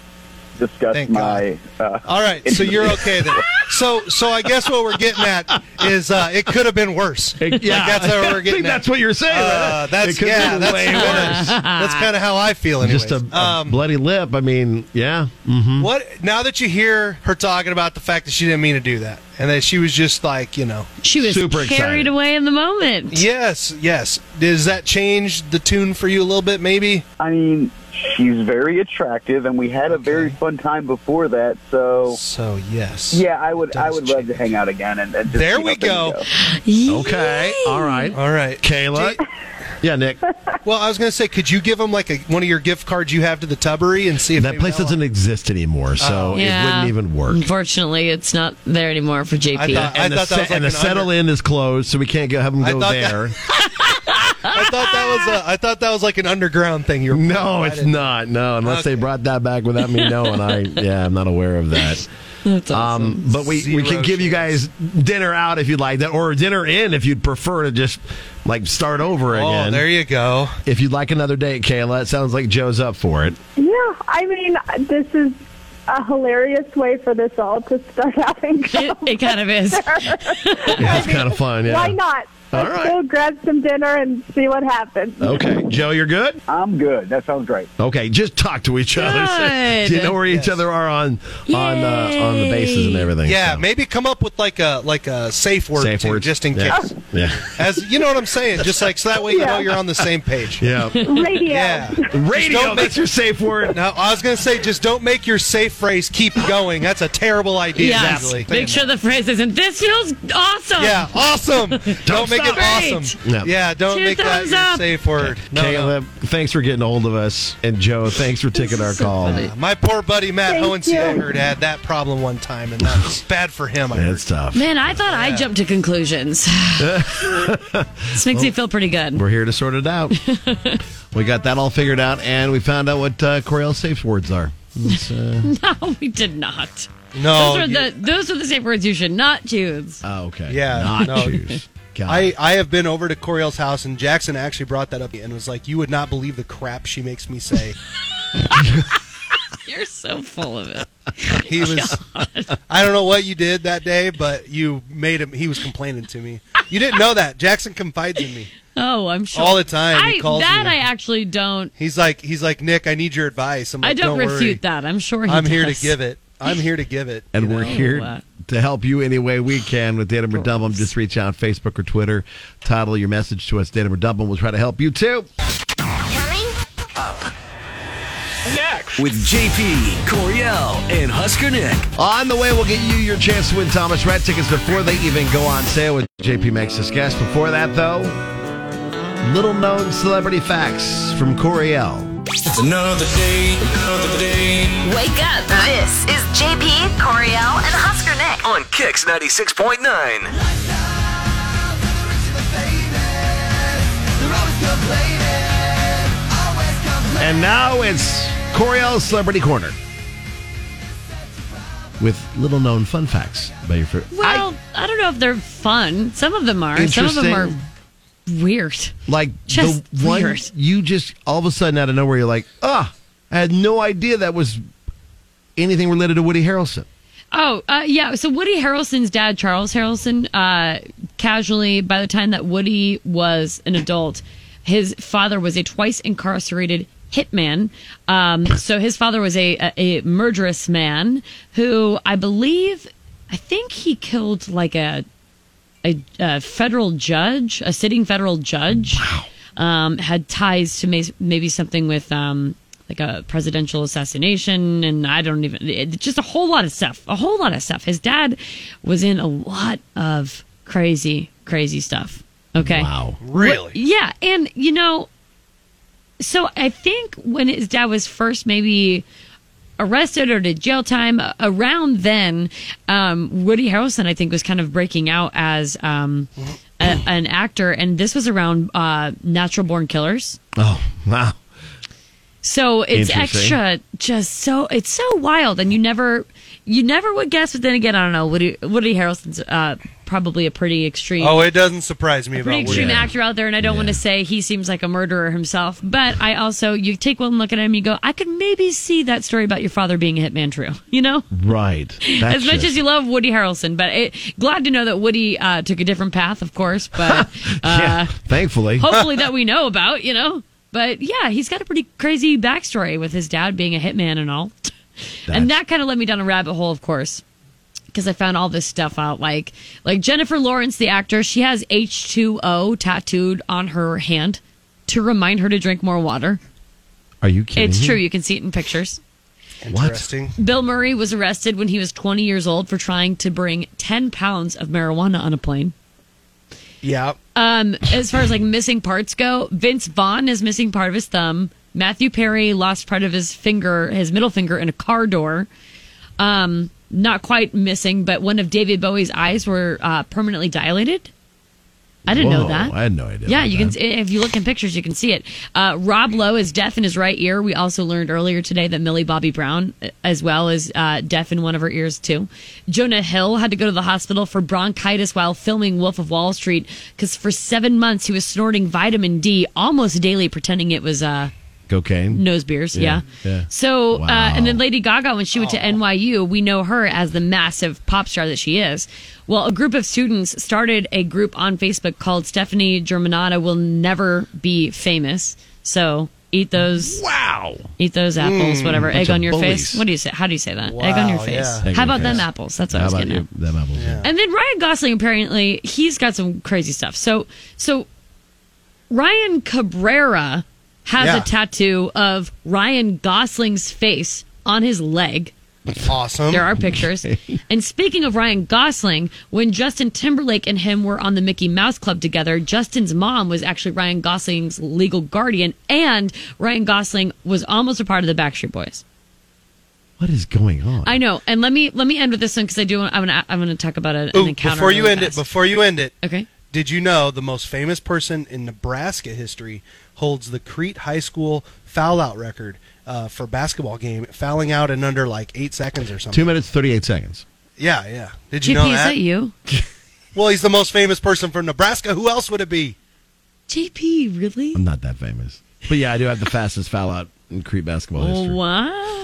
[SPEAKER 8] discuss my. Uh,
[SPEAKER 14] All right, so you're okay then. So, so I guess what we're getting at is uh, it could have been worse. Like,
[SPEAKER 12] yeah.
[SPEAKER 14] that's how
[SPEAKER 12] I
[SPEAKER 14] we're
[SPEAKER 12] think
[SPEAKER 14] getting. at.
[SPEAKER 12] that's what you're saying, right?
[SPEAKER 14] Uh,
[SPEAKER 12] It
[SPEAKER 14] that's
[SPEAKER 12] could have
[SPEAKER 14] yeah.
[SPEAKER 12] been
[SPEAKER 14] That's
[SPEAKER 12] way
[SPEAKER 14] kinda-
[SPEAKER 12] worse.
[SPEAKER 14] That's kind of how I feel. Anyways. Um,
[SPEAKER 12] Just a, a bloody lip. I mean, yeah. Mm-hmm.
[SPEAKER 14] What now that you hear her talking about the fact that she didn't mean to do that and that she was just like you know
[SPEAKER 13] She was carried away in the moment.
[SPEAKER 14] Yes, yes. Does that change the tune for you a little bit? Maybe.
[SPEAKER 8] I mean, she's very attractive, and we had a very fun time before that. So.
[SPEAKER 14] So yes.
[SPEAKER 8] Yeah, I would. I would love to hang out again. And, and just
[SPEAKER 14] There
[SPEAKER 8] see
[SPEAKER 14] we
[SPEAKER 8] how things
[SPEAKER 14] go.
[SPEAKER 12] Okay. All right.
[SPEAKER 14] All right.
[SPEAKER 12] Kayla. yeah, Nick.
[SPEAKER 14] Well, I was going to say, could you give them like a, one of your gift cards you have to the Tubbery and see if
[SPEAKER 12] That place doesn't exist anymore,
[SPEAKER 13] Oh.
[SPEAKER 14] Oh,
[SPEAKER 12] so it wouldn't even work.
[SPEAKER 13] Unfortunately, it's not there anymore for JP.
[SPEAKER 14] I thought-
[SPEAKER 12] and the,
[SPEAKER 14] that
[SPEAKER 12] se-
[SPEAKER 14] was like
[SPEAKER 12] and the
[SPEAKER 14] an under-
[SPEAKER 12] settle in is closed, so we can't go have them
[SPEAKER 14] I
[SPEAKER 12] go
[SPEAKER 14] thought
[SPEAKER 12] there.
[SPEAKER 14] I thought that was a, I thought that was like an underground thing. You're
[SPEAKER 12] no, it's not. No, unless they brought that back without me knowing. I yeah, I'm not aware of that. Um, but we, we
[SPEAKER 14] Zero
[SPEAKER 12] can give you guys dinner out if you'd like that, or dinner in if you'd prefer to just like start over again.
[SPEAKER 14] Oh, there you go.
[SPEAKER 12] If you'd like another date, Kayla, it sounds like Joe's up for it.
[SPEAKER 9] Yeah, I mean, this is a hilarious way for this all to start out. And go it,
[SPEAKER 13] kind of is.
[SPEAKER 12] Yeah, it's kind of fun. Yeah.
[SPEAKER 9] Why not?
[SPEAKER 12] All
[SPEAKER 9] Let's
[SPEAKER 12] right.
[SPEAKER 9] go grab some dinner and see what happens.
[SPEAKER 12] Okay, Joe, you're good.
[SPEAKER 8] I'm good. That sounds great.
[SPEAKER 12] Okay, just talk to each other.
[SPEAKER 14] Good.
[SPEAKER 12] you know where each other are on on uh, on the bases and everything.
[SPEAKER 14] Yeah,
[SPEAKER 12] so.
[SPEAKER 14] maybe come up with like a like a safe word,
[SPEAKER 12] Safe
[SPEAKER 14] too,
[SPEAKER 12] words.
[SPEAKER 14] just in
[SPEAKER 12] Yeah.
[SPEAKER 14] case.
[SPEAKER 12] Yeah.
[SPEAKER 14] As you know what I'm saying, just like so that way you know
[SPEAKER 12] Yeah.
[SPEAKER 14] you're on the same page.
[SPEAKER 12] Yeah.
[SPEAKER 9] Radio.
[SPEAKER 14] Yeah.
[SPEAKER 12] Radio, that's your safe word.
[SPEAKER 14] No, I was gonna say just don't make your safe phrase keep going. That's a terrible idea.
[SPEAKER 13] Yes.
[SPEAKER 14] usually.
[SPEAKER 13] Make sure the phrase isn't, this feels awesome.
[SPEAKER 14] Yeah, awesome. don't, make
[SPEAKER 13] stop.
[SPEAKER 14] it awesome.
[SPEAKER 13] Great. No.
[SPEAKER 14] Yeah, don't
[SPEAKER 13] Two
[SPEAKER 14] make that
[SPEAKER 13] thumbs
[SPEAKER 14] your
[SPEAKER 13] up.
[SPEAKER 14] safe word. No, no.
[SPEAKER 12] Caleb, thanks for getting a hold of us, and Joe, thanks for taking our call.
[SPEAKER 14] My poor buddy Matt
[SPEAKER 13] Thank you.
[SPEAKER 14] Hohensiegert had that problem one time, and that was bad for him. I
[SPEAKER 12] That's tough.
[SPEAKER 13] Man, I thought I jumped to conclusions. this makes me feel pretty good.
[SPEAKER 12] We're here to sort it out. we got that all figured out, and we found out what uh, Coriel's safe words are. It's, uh,
[SPEAKER 13] No, we did not. Those
[SPEAKER 12] No,
[SPEAKER 13] are
[SPEAKER 12] you-
[SPEAKER 13] the those are the safe words you should not choose.
[SPEAKER 12] Oh, okay.
[SPEAKER 14] Yeah,
[SPEAKER 12] Not
[SPEAKER 14] no.
[SPEAKER 12] choose. God.
[SPEAKER 14] I, I have been over to Coriel's house, and Jackson actually brought that up and was like, You would not believe the crap she makes me say.
[SPEAKER 13] You're so full of it.
[SPEAKER 14] He was, I don't know what you did that day, but you made him, he was complaining to me. You didn't know that. Jackson confides in me.
[SPEAKER 13] Oh, I'm sure.
[SPEAKER 14] All the time, he
[SPEAKER 13] I,
[SPEAKER 14] calls
[SPEAKER 13] that
[SPEAKER 14] me.
[SPEAKER 13] I actually don't.
[SPEAKER 14] He's like, he's like Nick, I need your advice. I'm like,
[SPEAKER 13] I don't,
[SPEAKER 14] worry.
[SPEAKER 13] refute that. I'm sure he
[SPEAKER 14] I'm here to
[SPEAKER 13] does.
[SPEAKER 14] give it. I'm here to give it.
[SPEAKER 12] and
[SPEAKER 14] you
[SPEAKER 12] we're
[SPEAKER 14] know?
[SPEAKER 12] here
[SPEAKER 13] uh,
[SPEAKER 12] to help you any way we can with Datum or Dumbum. Just reach out Facebook or Twitter, title your message to us, Datum or Dumbum. We'll try to help you too.
[SPEAKER 2] With JP, Coriel, and Husker Nick.
[SPEAKER 12] On the way, we'll get you your chance to win Thomas Rhett tickets before they even go on sale with JP Makes This Guest. Before that, though, little known celebrity facts from Coriel.
[SPEAKER 17] It's another day, another day.
[SPEAKER 1] Wake up. This is JP, Coriel, and Husker Nick.
[SPEAKER 2] On Kix 96.9.
[SPEAKER 12] And now it's Coriel's Celebrity Corner with little known fun facts by your favorite.
[SPEAKER 13] Well, I, don't know if they're fun. Some of them are. Some of them are
[SPEAKER 12] Interesting.
[SPEAKER 13] weird.
[SPEAKER 12] Like
[SPEAKER 13] Just
[SPEAKER 12] the one
[SPEAKER 13] weird.
[SPEAKER 12] you just all of a sudden out of nowhere, you're like, ah, I had no idea that was anything related to Woody Harrelson.
[SPEAKER 13] Oh, uh, yeah. So Woody Harrelson's dad, Charles Harrelson, uh, casually, by the time that Woody was an adult, his father was a twice incarcerated hitman. Um, so his father was a, a, a murderous man who I believe, I think he killed like a, a, a federal judge, a sitting federal judge. Um, had ties to may- maybe something with um, like a presidential assassination and I don't even it, just a whole lot of stuff, a whole lot of stuff. His dad was in a lot of crazy, crazy stuff. Okay.
[SPEAKER 12] Wow.
[SPEAKER 14] Really?
[SPEAKER 13] Yeah, and you know, so I think when his dad was first maybe arrested or did jail time a- around then, um, Woody Harrelson I think was kind of breaking out as um, a, an actor, and this was around uh, Natural Born Killers.
[SPEAKER 12] Oh, wow.
[SPEAKER 13] So it's
[SPEAKER 12] Interesting.
[SPEAKER 13] extra, just so it's so wild, and you never You never would guess, but then again, I don't know. Woody, Woody Harrelson's uh, probably a pretty extreme.
[SPEAKER 14] Oh, it doesn't surprise me
[SPEAKER 13] a pretty
[SPEAKER 14] about
[SPEAKER 13] extreme
[SPEAKER 14] Woody.
[SPEAKER 13] actor out there, and I don't want to say he seems like a murderer himself, but I also you take one look at him, you go, I could maybe see that story about your father being a hitman true. You know,
[SPEAKER 12] Right. That
[SPEAKER 13] as much
[SPEAKER 12] shit.
[SPEAKER 13] as you love Woody Harrelson, but it, glad to know that Woody uh, took a different path, of course, but uh,
[SPEAKER 12] yeah, thankfully.
[SPEAKER 13] hopefully that we know about, you know. But yeah, he's got a pretty crazy backstory with his dad being a hitman and all. and that kind of led me down a rabbit hole, of course, because I found all this stuff out. Like, like Jennifer Lawrence, the actor, she has H two O tattooed on her hand to remind her to drink more water.
[SPEAKER 12] Are you kidding?
[SPEAKER 13] it's
[SPEAKER 12] me?
[SPEAKER 13] true; you can see it in pictures.
[SPEAKER 14] Interesting.
[SPEAKER 13] Bill Murray was arrested when he was 20 years old for trying to bring 10 pounds of marijuana on a plane.
[SPEAKER 14] Yeah.
[SPEAKER 13] Um, as far as like missing parts go, Vince Vaughn is missing part of his thumb. Matthew Perry lost part of his finger, his middle finger, in a car door. Um, not quite missing, but one of David Bowie's eyes were uh, permanently dilated. I didn't know
[SPEAKER 12] Whoa,
[SPEAKER 13] that.
[SPEAKER 12] I had no idea.
[SPEAKER 13] Yeah,
[SPEAKER 12] about
[SPEAKER 13] you can.
[SPEAKER 12] that.
[SPEAKER 13] If you look in pictures, you can see it. Uh, Rob Lowe is deaf in his right ear. We also learned earlier today that Millie Bobby Brown, uh, as well, is uh, deaf in one of her ears too. Jonah Hill had to go to the hospital for bronchitis while filming Wolf of Wall Street because for seven months he was snorting vitamin D almost daily, pretending it was uh,
[SPEAKER 12] Cocaine.
[SPEAKER 13] nose beers.
[SPEAKER 12] Yeah,
[SPEAKER 13] Yeah.
[SPEAKER 12] yeah.
[SPEAKER 13] So,
[SPEAKER 12] Wow. Oh.
[SPEAKER 13] uh, and then Lady Gaga, when she went to NYU, we know her as the massive pop star that she is. Well, a group of students started a group on Facebook called Stephanie Germanata Will Never Be Famous. So eat those.
[SPEAKER 12] Wow.
[SPEAKER 13] Eat those apples,
[SPEAKER 12] Mm,
[SPEAKER 13] whatever.
[SPEAKER 12] bunch
[SPEAKER 13] Egg
[SPEAKER 12] of
[SPEAKER 13] on your
[SPEAKER 12] bullies.
[SPEAKER 13] face. What do you say? How do you say that? Egg on your
[SPEAKER 12] Wow,
[SPEAKER 13] face.
[SPEAKER 12] yeah. Egg on
[SPEAKER 13] How
[SPEAKER 12] your
[SPEAKER 13] about them
[SPEAKER 12] face.
[SPEAKER 13] apples? That's what
[SPEAKER 12] How
[SPEAKER 13] I was
[SPEAKER 12] about
[SPEAKER 13] getting at.
[SPEAKER 12] you- them apples? Yeah.
[SPEAKER 13] And then Ryan Gosling apparently he's got some crazy stuff. So so Ryan Cabrera has
[SPEAKER 14] Yeah.
[SPEAKER 13] a tattoo of Ryan Gosling's face on his leg.
[SPEAKER 14] Awesome.
[SPEAKER 13] There are pictures. And speaking of Ryan Gosling, when Justin Timberlake and him were on the Mickey Mouse Club together, Justin's mom was actually Ryan Gosling's legal guardian, and Ryan Gosling was almost a part of the Backstreet Boys.
[SPEAKER 12] What is going on?
[SPEAKER 13] I know. And let me let me end with this one because I do. want- I want to. I want to talk about a, an
[SPEAKER 14] Ooh,
[SPEAKER 13] encounter
[SPEAKER 14] before you
[SPEAKER 13] really
[SPEAKER 14] end
[SPEAKER 13] fast.
[SPEAKER 14] it, before you end it,
[SPEAKER 13] okay.
[SPEAKER 14] Did you know the most famous person in Nebraska history holds the Crete High School foul out record uh, for basketball game, fouling out in under like eight seconds or something?
[SPEAKER 12] Two minutes, 38 seconds.
[SPEAKER 14] Yeah, yeah. Did you
[SPEAKER 13] JP,
[SPEAKER 14] know
[SPEAKER 13] is
[SPEAKER 14] that?
[SPEAKER 13] that you?
[SPEAKER 14] Well, he's the most famous person from Nebraska. Who else would it be?
[SPEAKER 13] JP, really?
[SPEAKER 12] I'm not that famous. But yeah, I do have the fastest foul out in Crete basketball
[SPEAKER 13] Oh.
[SPEAKER 12] history.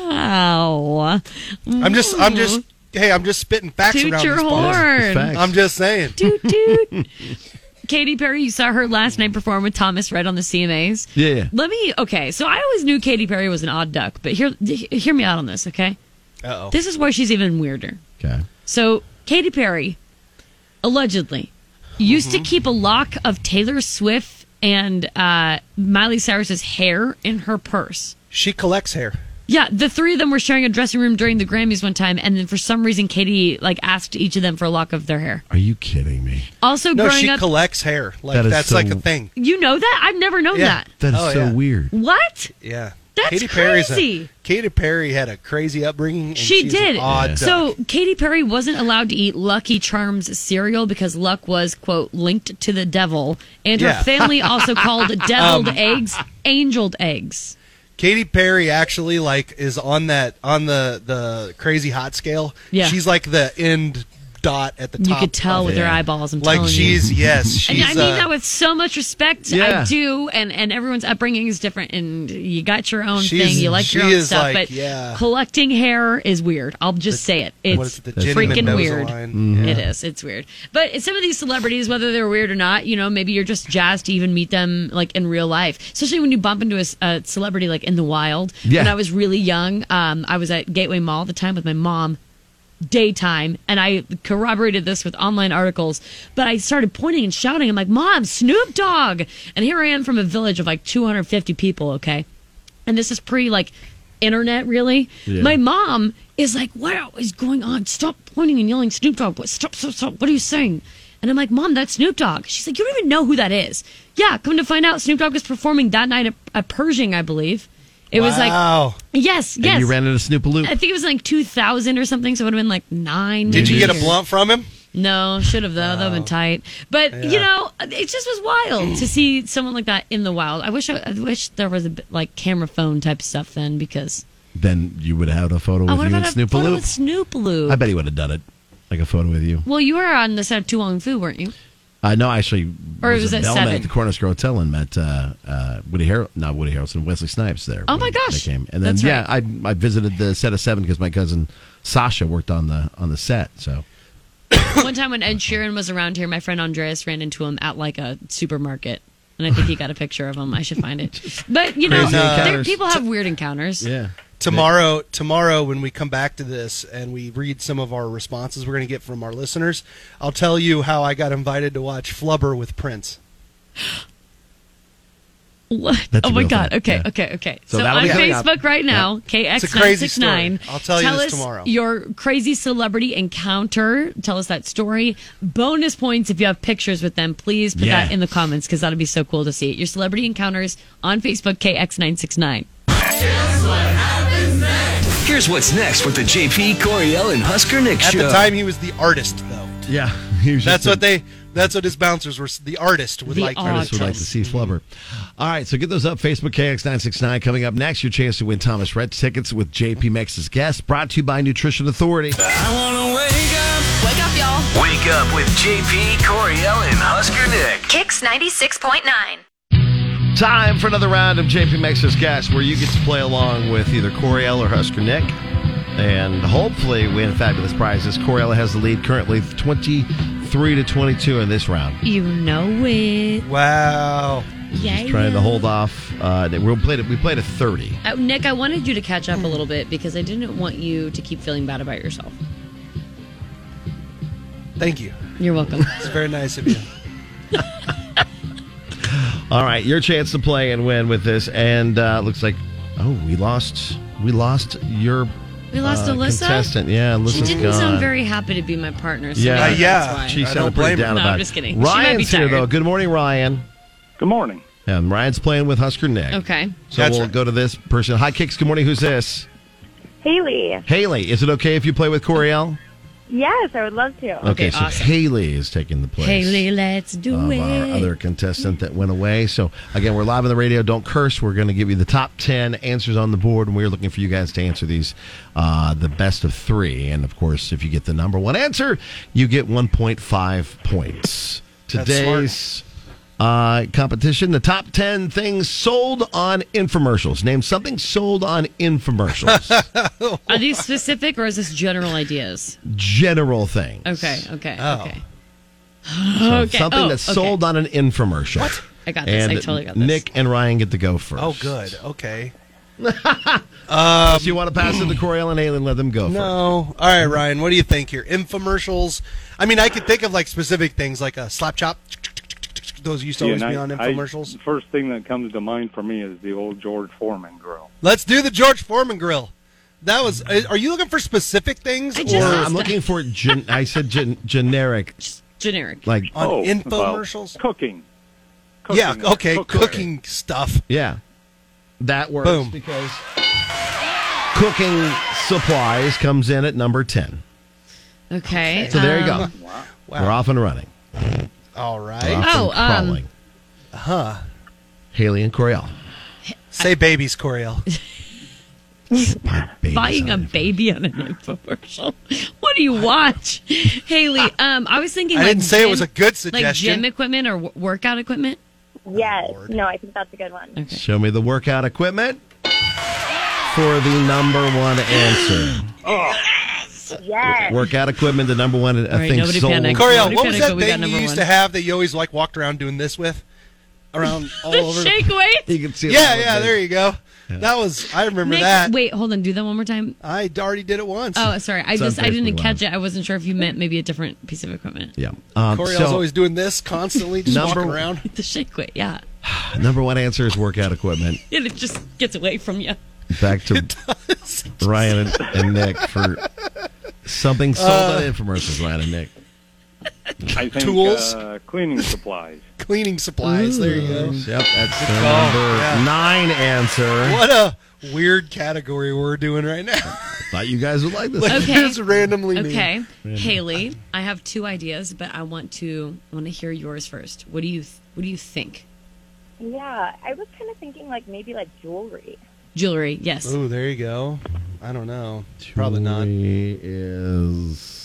[SPEAKER 13] Wow.
[SPEAKER 14] I'm just, I'm just.
[SPEAKER 13] Ooh.
[SPEAKER 14] Hey, I'm just spitting facts
[SPEAKER 13] Toot
[SPEAKER 14] around
[SPEAKER 13] your
[SPEAKER 14] this place.
[SPEAKER 13] horn. Facts.
[SPEAKER 14] I'm just saying.
[SPEAKER 13] Toot, toot. Katy Perry, you saw her last night perform with Thomas Red on the CMAs.
[SPEAKER 12] Yeah, yeah.
[SPEAKER 13] Let me. Okay, so I always knew Katy Perry was an odd duck, but hear hear me out on this, okay?
[SPEAKER 14] Uh oh.
[SPEAKER 13] This is why she's even weirder.
[SPEAKER 12] Okay.
[SPEAKER 13] So Katy Perry, allegedly, used
[SPEAKER 14] Mm-hmm.
[SPEAKER 13] to keep a lock of Taylor Swift and uh, Miley Cyrus's hair in her purse.
[SPEAKER 14] She collects hair.
[SPEAKER 13] Yeah, the three of them were sharing a dressing room during the Grammys one time, and then for some reason, Katie like asked each of them for a lock of their hair.
[SPEAKER 12] Are you kidding me?
[SPEAKER 13] Also,
[SPEAKER 14] no,
[SPEAKER 13] growing
[SPEAKER 14] she
[SPEAKER 13] up,
[SPEAKER 14] collects hair. Like
[SPEAKER 12] That is
[SPEAKER 14] that's
[SPEAKER 12] so-
[SPEAKER 14] like a thing.
[SPEAKER 13] you know that I've never known
[SPEAKER 14] Yeah.
[SPEAKER 13] that.
[SPEAKER 12] That is
[SPEAKER 14] Oh,
[SPEAKER 12] so
[SPEAKER 14] yeah.
[SPEAKER 12] weird.
[SPEAKER 13] What?
[SPEAKER 14] Yeah.
[SPEAKER 13] That's
[SPEAKER 14] Katy Perry's
[SPEAKER 13] crazy.
[SPEAKER 14] A, Katy Perry had a crazy upbringing. and
[SPEAKER 13] She
[SPEAKER 14] she's
[SPEAKER 13] did.
[SPEAKER 14] An odd duck.
[SPEAKER 13] So Katy Perry wasn't allowed to eat Lucky Charms cereal because luck was quote linked to the devil, and
[SPEAKER 14] Yeah.
[SPEAKER 13] her family also called deviled
[SPEAKER 14] Um.
[SPEAKER 13] eggs angeled eggs.
[SPEAKER 14] Katy Perry actually like is on that on the the crazy hot scale.
[SPEAKER 13] Yeah.
[SPEAKER 14] She's like the end dot at the
[SPEAKER 13] You
[SPEAKER 14] top.
[SPEAKER 13] could tell
[SPEAKER 14] of
[SPEAKER 13] with
[SPEAKER 14] it.
[SPEAKER 13] her eyeballs, I'm
[SPEAKER 14] like
[SPEAKER 13] telling you.
[SPEAKER 14] she's yes. She's,
[SPEAKER 13] and I mean
[SPEAKER 14] uh,
[SPEAKER 13] that with so much respect.
[SPEAKER 14] Yeah.
[SPEAKER 13] I do, and and everyone's upbringing is different, and you got your own
[SPEAKER 14] She's-
[SPEAKER 13] thing. You like your
[SPEAKER 14] she
[SPEAKER 13] own
[SPEAKER 14] is
[SPEAKER 13] stuff,
[SPEAKER 14] like,
[SPEAKER 13] but
[SPEAKER 14] yeah.
[SPEAKER 13] collecting hair is weird. I'll just say it. It's
[SPEAKER 14] what is it, the Jenny
[SPEAKER 13] freaking
[SPEAKER 14] Mendoza
[SPEAKER 13] weird.
[SPEAKER 14] line?
[SPEAKER 12] Mhm.
[SPEAKER 13] It is. It's weird. But some of these celebrities, whether they're weird or not, you know, maybe you're just jazzed to even meet them like in real life. Especially when you bump into a, s- a celebrity like in the wild.
[SPEAKER 6] Yeah.
[SPEAKER 13] When I was really young, um, I was at Gateway Mall at the time with my mom daytime and i corroborated this with online articles but i started pointing and shouting i'm like mom snoop dogg and here i am from a village of like 250 people okay and this is pre like internet really
[SPEAKER 6] Yeah.
[SPEAKER 13] my mom is like what is going on stop pointing and yelling snoop dogg what stop stop stop what are you saying and i'm like mom that's snoop dogg she's like you don't even know who that is yeah come to find out snoop dogg was performing that night at, at pershing i believe it was
[SPEAKER 12] Wow.
[SPEAKER 13] like yes
[SPEAKER 12] And
[SPEAKER 13] yes
[SPEAKER 12] you ran into Snoopaloop.
[SPEAKER 13] I think it was like 2000 or something, so it would have been like nine.
[SPEAKER 14] Did you
[SPEAKER 13] maybe.
[SPEAKER 14] get a blunt from him?
[SPEAKER 13] No, should have though. That would have been tight. But you
[SPEAKER 14] Yeah.
[SPEAKER 13] know, it just was wild to see someone like that in the wild. I wish I, I wish there was a bit like camera phone type stuff then because
[SPEAKER 12] then you would have had a photo
[SPEAKER 13] Oh,
[SPEAKER 12] with
[SPEAKER 13] what about
[SPEAKER 12] you and
[SPEAKER 13] a
[SPEAKER 12] Snoop
[SPEAKER 13] photo
[SPEAKER 12] Loop.
[SPEAKER 13] with Snoop Loop?
[SPEAKER 12] I bet he would have done it, like a photo with you.
[SPEAKER 13] Well, you were on the set of Tu Wong Fu, weren't you?
[SPEAKER 12] I know. Uh, Actually,
[SPEAKER 13] Or it was
[SPEAKER 12] a
[SPEAKER 13] at
[SPEAKER 12] bellman
[SPEAKER 13] seven.
[SPEAKER 12] at the Corners Grow Hotel and met uh, uh, Woody Harrel, not Woody Harrelson, Wesley Snipes there.
[SPEAKER 13] Oh
[SPEAKER 12] when
[SPEAKER 13] my gosh.
[SPEAKER 12] they came. and then
[SPEAKER 13] That's
[SPEAKER 12] yeah, I I visited the set of seven because my cousin Sasha worked on the on the set. So
[SPEAKER 13] One time when Ed Sheeran was around here, my friend Andreas ran into him at like a supermarket, and I think he got a picture of him. I should find it. But you know,
[SPEAKER 14] Crazy
[SPEAKER 13] there-
[SPEAKER 14] encounters.
[SPEAKER 13] people have weird encounters.
[SPEAKER 14] Tomorrow, tomorrow, when we come back to this and we read some of our responses we're going to get from our listeners, I'll tell you how I got invited to watch Flubber with Prince.
[SPEAKER 13] What?
[SPEAKER 14] That's
[SPEAKER 13] oh
[SPEAKER 14] a
[SPEAKER 13] my
[SPEAKER 14] real
[SPEAKER 13] God.
[SPEAKER 14] thing.
[SPEAKER 13] Okay.
[SPEAKER 14] Yeah.
[SPEAKER 13] Okay. Okay.
[SPEAKER 14] So
[SPEAKER 13] So,
[SPEAKER 14] that'll
[SPEAKER 13] on
[SPEAKER 14] be coming up.
[SPEAKER 13] Facebook right now,
[SPEAKER 14] It's a crazy
[SPEAKER 13] KX969.
[SPEAKER 14] story. I'll tell you this
[SPEAKER 13] us
[SPEAKER 14] tomorrow.
[SPEAKER 13] Your crazy celebrity encounter. Tell us that story. Bonus points if you have pictures with them. Please put
[SPEAKER 1] Yeah.
[SPEAKER 13] that in the comments because that'll be so cool to see. Your celebrity encounters on Facebook KX969.
[SPEAKER 2] Here's what's next with the JP Coriel and Husker Nick
[SPEAKER 14] At
[SPEAKER 2] show.
[SPEAKER 14] the time, he was the artist, though.
[SPEAKER 12] Yeah,
[SPEAKER 14] That's what they. That's what his bouncers were. s- The artist would like.
[SPEAKER 12] artists would like to see flubber. All right, so get those up. Facebook KX969 coming up next. Your chance to win Thomas Rhett tickets with JP Max's guest, brought to you by Nutrition Authority.
[SPEAKER 1] Wake up, y'all.
[SPEAKER 2] Wake up with JP Coriel and Husker Nick.
[SPEAKER 1] Kicks 96.9.
[SPEAKER 12] Time for another round of JP Max's guest, where you get to play along with either Coriel or Husker Nick, and hopefully win fabulous prizes. Coriel has the lead currently, twenty-three to twenty-two in this round.
[SPEAKER 13] You know it.
[SPEAKER 14] Wow.
[SPEAKER 13] Yeah.
[SPEAKER 12] Trying to hold off. Uh, we played it. We played a thirty.
[SPEAKER 13] Uh, Nick, I wanted you to catch up a little bit because I didn't want you to keep feeling bad about yourself.
[SPEAKER 14] Thank you.
[SPEAKER 13] You're welcome.
[SPEAKER 14] It's very nice of you.
[SPEAKER 12] All right, your chance to play and win with this, and uh, looks like oh, we lost. We lost your.
[SPEAKER 13] We lost
[SPEAKER 12] uh,
[SPEAKER 13] Alyssa.
[SPEAKER 12] Contestant. Yeah, Alyssa's
[SPEAKER 13] she didn't
[SPEAKER 12] gone.
[SPEAKER 13] sound very happy to be my partner. So
[SPEAKER 12] Yeah,
[SPEAKER 13] maybe that's why.
[SPEAKER 12] She sounded pretty down
[SPEAKER 13] no,
[SPEAKER 12] about
[SPEAKER 13] I'm
[SPEAKER 12] it.
[SPEAKER 13] just kidding.
[SPEAKER 12] Ryan's
[SPEAKER 13] she might be tired.
[SPEAKER 12] here though. Good morning, Ryan.
[SPEAKER 6] Good morning.
[SPEAKER 12] And Ryan's playing with Husker Nick.
[SPEAKER 13] Okay.
[SPEAKER 12] So we'll go to this person. Hi, Kicks. Good morning. Who's this?
[SPEAKER 6] Haley.
[SPEAKER 12] Haley. Is it okay if you play with Coriel?
[SPEAKER 6] Yes, I would love to.
[SPEAKER 12] so Haley is taking the place
[SPEAKER 13] Haley, let's do
[SPEAKER 12] of
[SPEAKER 13] it.
[SPEAKER 12] our Um, uh,
[SPEAKER 13] Mm.
[SPEAKER 12] other contestant that went away. So again, we're live on the radio. Don't curse. We're going to give you the top ten answers on the board, and we're looking for you guys to answer these, uh, the best of three. And of course, if you get the number one answer, you get one point five points.
[SPEAKER 14] That's
[SPEAKER 12] Today's uh, competition: the top ten things sold on infomercials. Name something sold on infomercials.
[SPEAKER 13] Are these specific or is this general ideas?
[SPEAKER 12] General thing.
[SPEAKER 13] Okay, okay,
[SPEAKER 12] Oh.
[SPEAKER 13] okay.
[SPEAKER 12] So
[SPEAKER 13] okay.
[SPEAKER 12] Something
[SPEAKER 13] oh,
[SPEAKER 12] that's
[SPEAKER 13] okay.
[SPEAKER 12] sold on an infomercial. What?
[SPEAKER 13] I got this. I totally got this.
[SPEAKER 12] Nick and Ryan get to go first.
[SPEAKER 14] Oh, good. Okay.
[SPEAKER 12] Um, you want to pass it to Coriel and Haley and let them go Oh, first?
[SPEAKER 14] No. All right, Ryan. What do you think here? Infomercials. I mean, I could think of like specific things like a slap chop. Those used to
[SPEAKER 10] Yeah,
[SPEAKER 14] always
[SPEAKER 10] and
[SPEAKER 14] be
[SPEAKER 10] I-
[SPEAKER 14] on
[SPEAKER 10] I-
[SPEAKER 14] infomercials.
[SPEAKER 10] the first thing that comes to mind for me is the old George Foreman grill.
[SPEAKER 14] Let's do the George Foreman grill. That was. uh, Are you looking for specific things?
[SPEAKER 12] Or- I'm looking for gen- I said gen- generic.
[SPEAKER 13] generic.
[SPEAKER 12] Like
[SPEAKER 14] on
[SPEAKER 12] Oh,
[SPEAKER 14] infomercials.
[SPEAKER 10] cooking.
[SPEAKER 14] Yeah.
[SPEAKER 12] Cooking.
[SPEAKER 14] Okay.
[SPEAKER 12] Cooking.
[SPEAKER 14] Cooking, stuff.
[SPEAKER 12] Yeah. That works
[SPEAKER 14] Boom.
[SPEAKER 12] because cooking supplies comes in at number 10.
[SPEAKER 13] Okay.
[SPEAKER 12] So there you go.
[SPEAKER 13] um,
[SPEAKER 12] We're off and running.
[SPEAKER 14] All right.
[SPEAKER 12] We're off
[SPEAKER 13] Oh,
[SPEAKER 12] and
[SPEAKER 13] um,
[SPEAKER 12] crawling.
[SPEAKER 13] Uh-huh.
[SPEAKER 14] huh.
[SPEAKER 12] Haley and Coriel.
[SPEAKER 14] Say babies, Coriel.
[SPEAKER 13] buying a baby on an infomercial. What do you watch, Haley? Um, I was thinking.
[SPEAKER 14] I
[SPEAKER 13] like
[SPEAKER 14] didn't say it
[SPEAKER 13] gym-
[SPEAKER 14] was a good
[SPEAKER 13] Like
[SPEAKER 10] suggestion.
[SPEAKER 13] gym equipment or w- workout equipment.
[SPEAKER 10] Yes.
[SPEAKER 14] Oh,
[SPEAKER 10] No, I think that's a good one.
[SPEAKER 12] Show me the workout equipment for the number one answer.
[SPEAKER 10] Oh. Yes.
[SPEAKER 12] workout equipment, the number one I
[SPEAKER 13] right,
[SPEAKER 12] think
[SPEAKER 13] nobody
[SPEAKER 12] sold.
[SPEAKER 13] panic.
[SPEAKER 14] Coriel,
[SPEAKER 13] Nobody
[SPEAKER 14] what was
[SPEAKER 13] panic, but
[SPEAKER 14] that
[SPEAKER 13] we got
[SPEAKER 14] thing you
[SPEAKER 13] number
[SPEAKER 14] used
[SPEAKER 13] one.
[SPEAKER 14] to have that you always like walked around doing this with? Around all
[SPEAKER 13] the
[SPEAKER 14] over.
[SPEAKER 13] shake weight.
[SPEAKER 12] You can see.
[SPEAKER 14] yeah, yeah. There you go. That was. I remember
[SPEAKER 13] Nick,
[SPEAKER 14] that.
[SPEAKER 13] Wait, hold on. Do that one more time.
[SPEAKER 14] I already did it once.
[SPEAKER 13] Oh, sorry. I
[SPEAKER 12] It's on
[SPEAKER 13] just I didn't
[SPEAKER 12] Facebook
[SPEAKER 13] catch it. I wasn't sure if you meant maybe a different piece of equipment.
[SPEAKER 12] Yeah. Um,
[SPEAKER 14] Coriel's
[SPEAKER 12] so
[SPEAKER 14] always doing this constantly, just
[SPEAKER 12] Number-
[SPEAKER 14] walking around.
[SPEAKER 13] The shake weight. Yeah.
[SPEAKER 12] number one answer is workout equipment.
[SPEAKER 13] And it just gets away from you.
[SPEAKER 12] Back to Ryan and, and Nick for something sold
[SPEAKER 10] Uh,
[SPEAKER 12] on infomercials. Ryan and Nick.
[SPEAKER 10] I think,
[SPEAKER 12] Tools?
[SPEAKER 10] Uh, cleaning supplies. Mm-hmm.
[SPEAKER 14] Cleaning supplies. there you go.
[SPEAKER 12] Yep, that's the
[SPEAKER 10] Good call.
[SPEAKER 12] number
[SPEAKER 10] Yeah.
[SPEAKER 12] nine answer.
[SPEAKER 14] What a weird category we're doing right now.
[SPEAKER 12] Thought you guys would like this.
[SPEAKER 14] Like,
[SPEAKER 13] Okay.
[SPEAKER 14] just randomly. me.
[SPEAKER 13] Okay,
[SPEAKER 12] Random.
[SPEAKER 13] Haley, I have two ideas, but I want to I want to hear yours first. What do you What do you think?
[SPEAKER 6] Yeah, I was kind of thinking like maybe like jewelry.
[SPEAKER 13] Jewelry, yes.
[SPEAKER 14] Ooh, there you go. I don't know. Probably not.
[SPEAKER 12] Is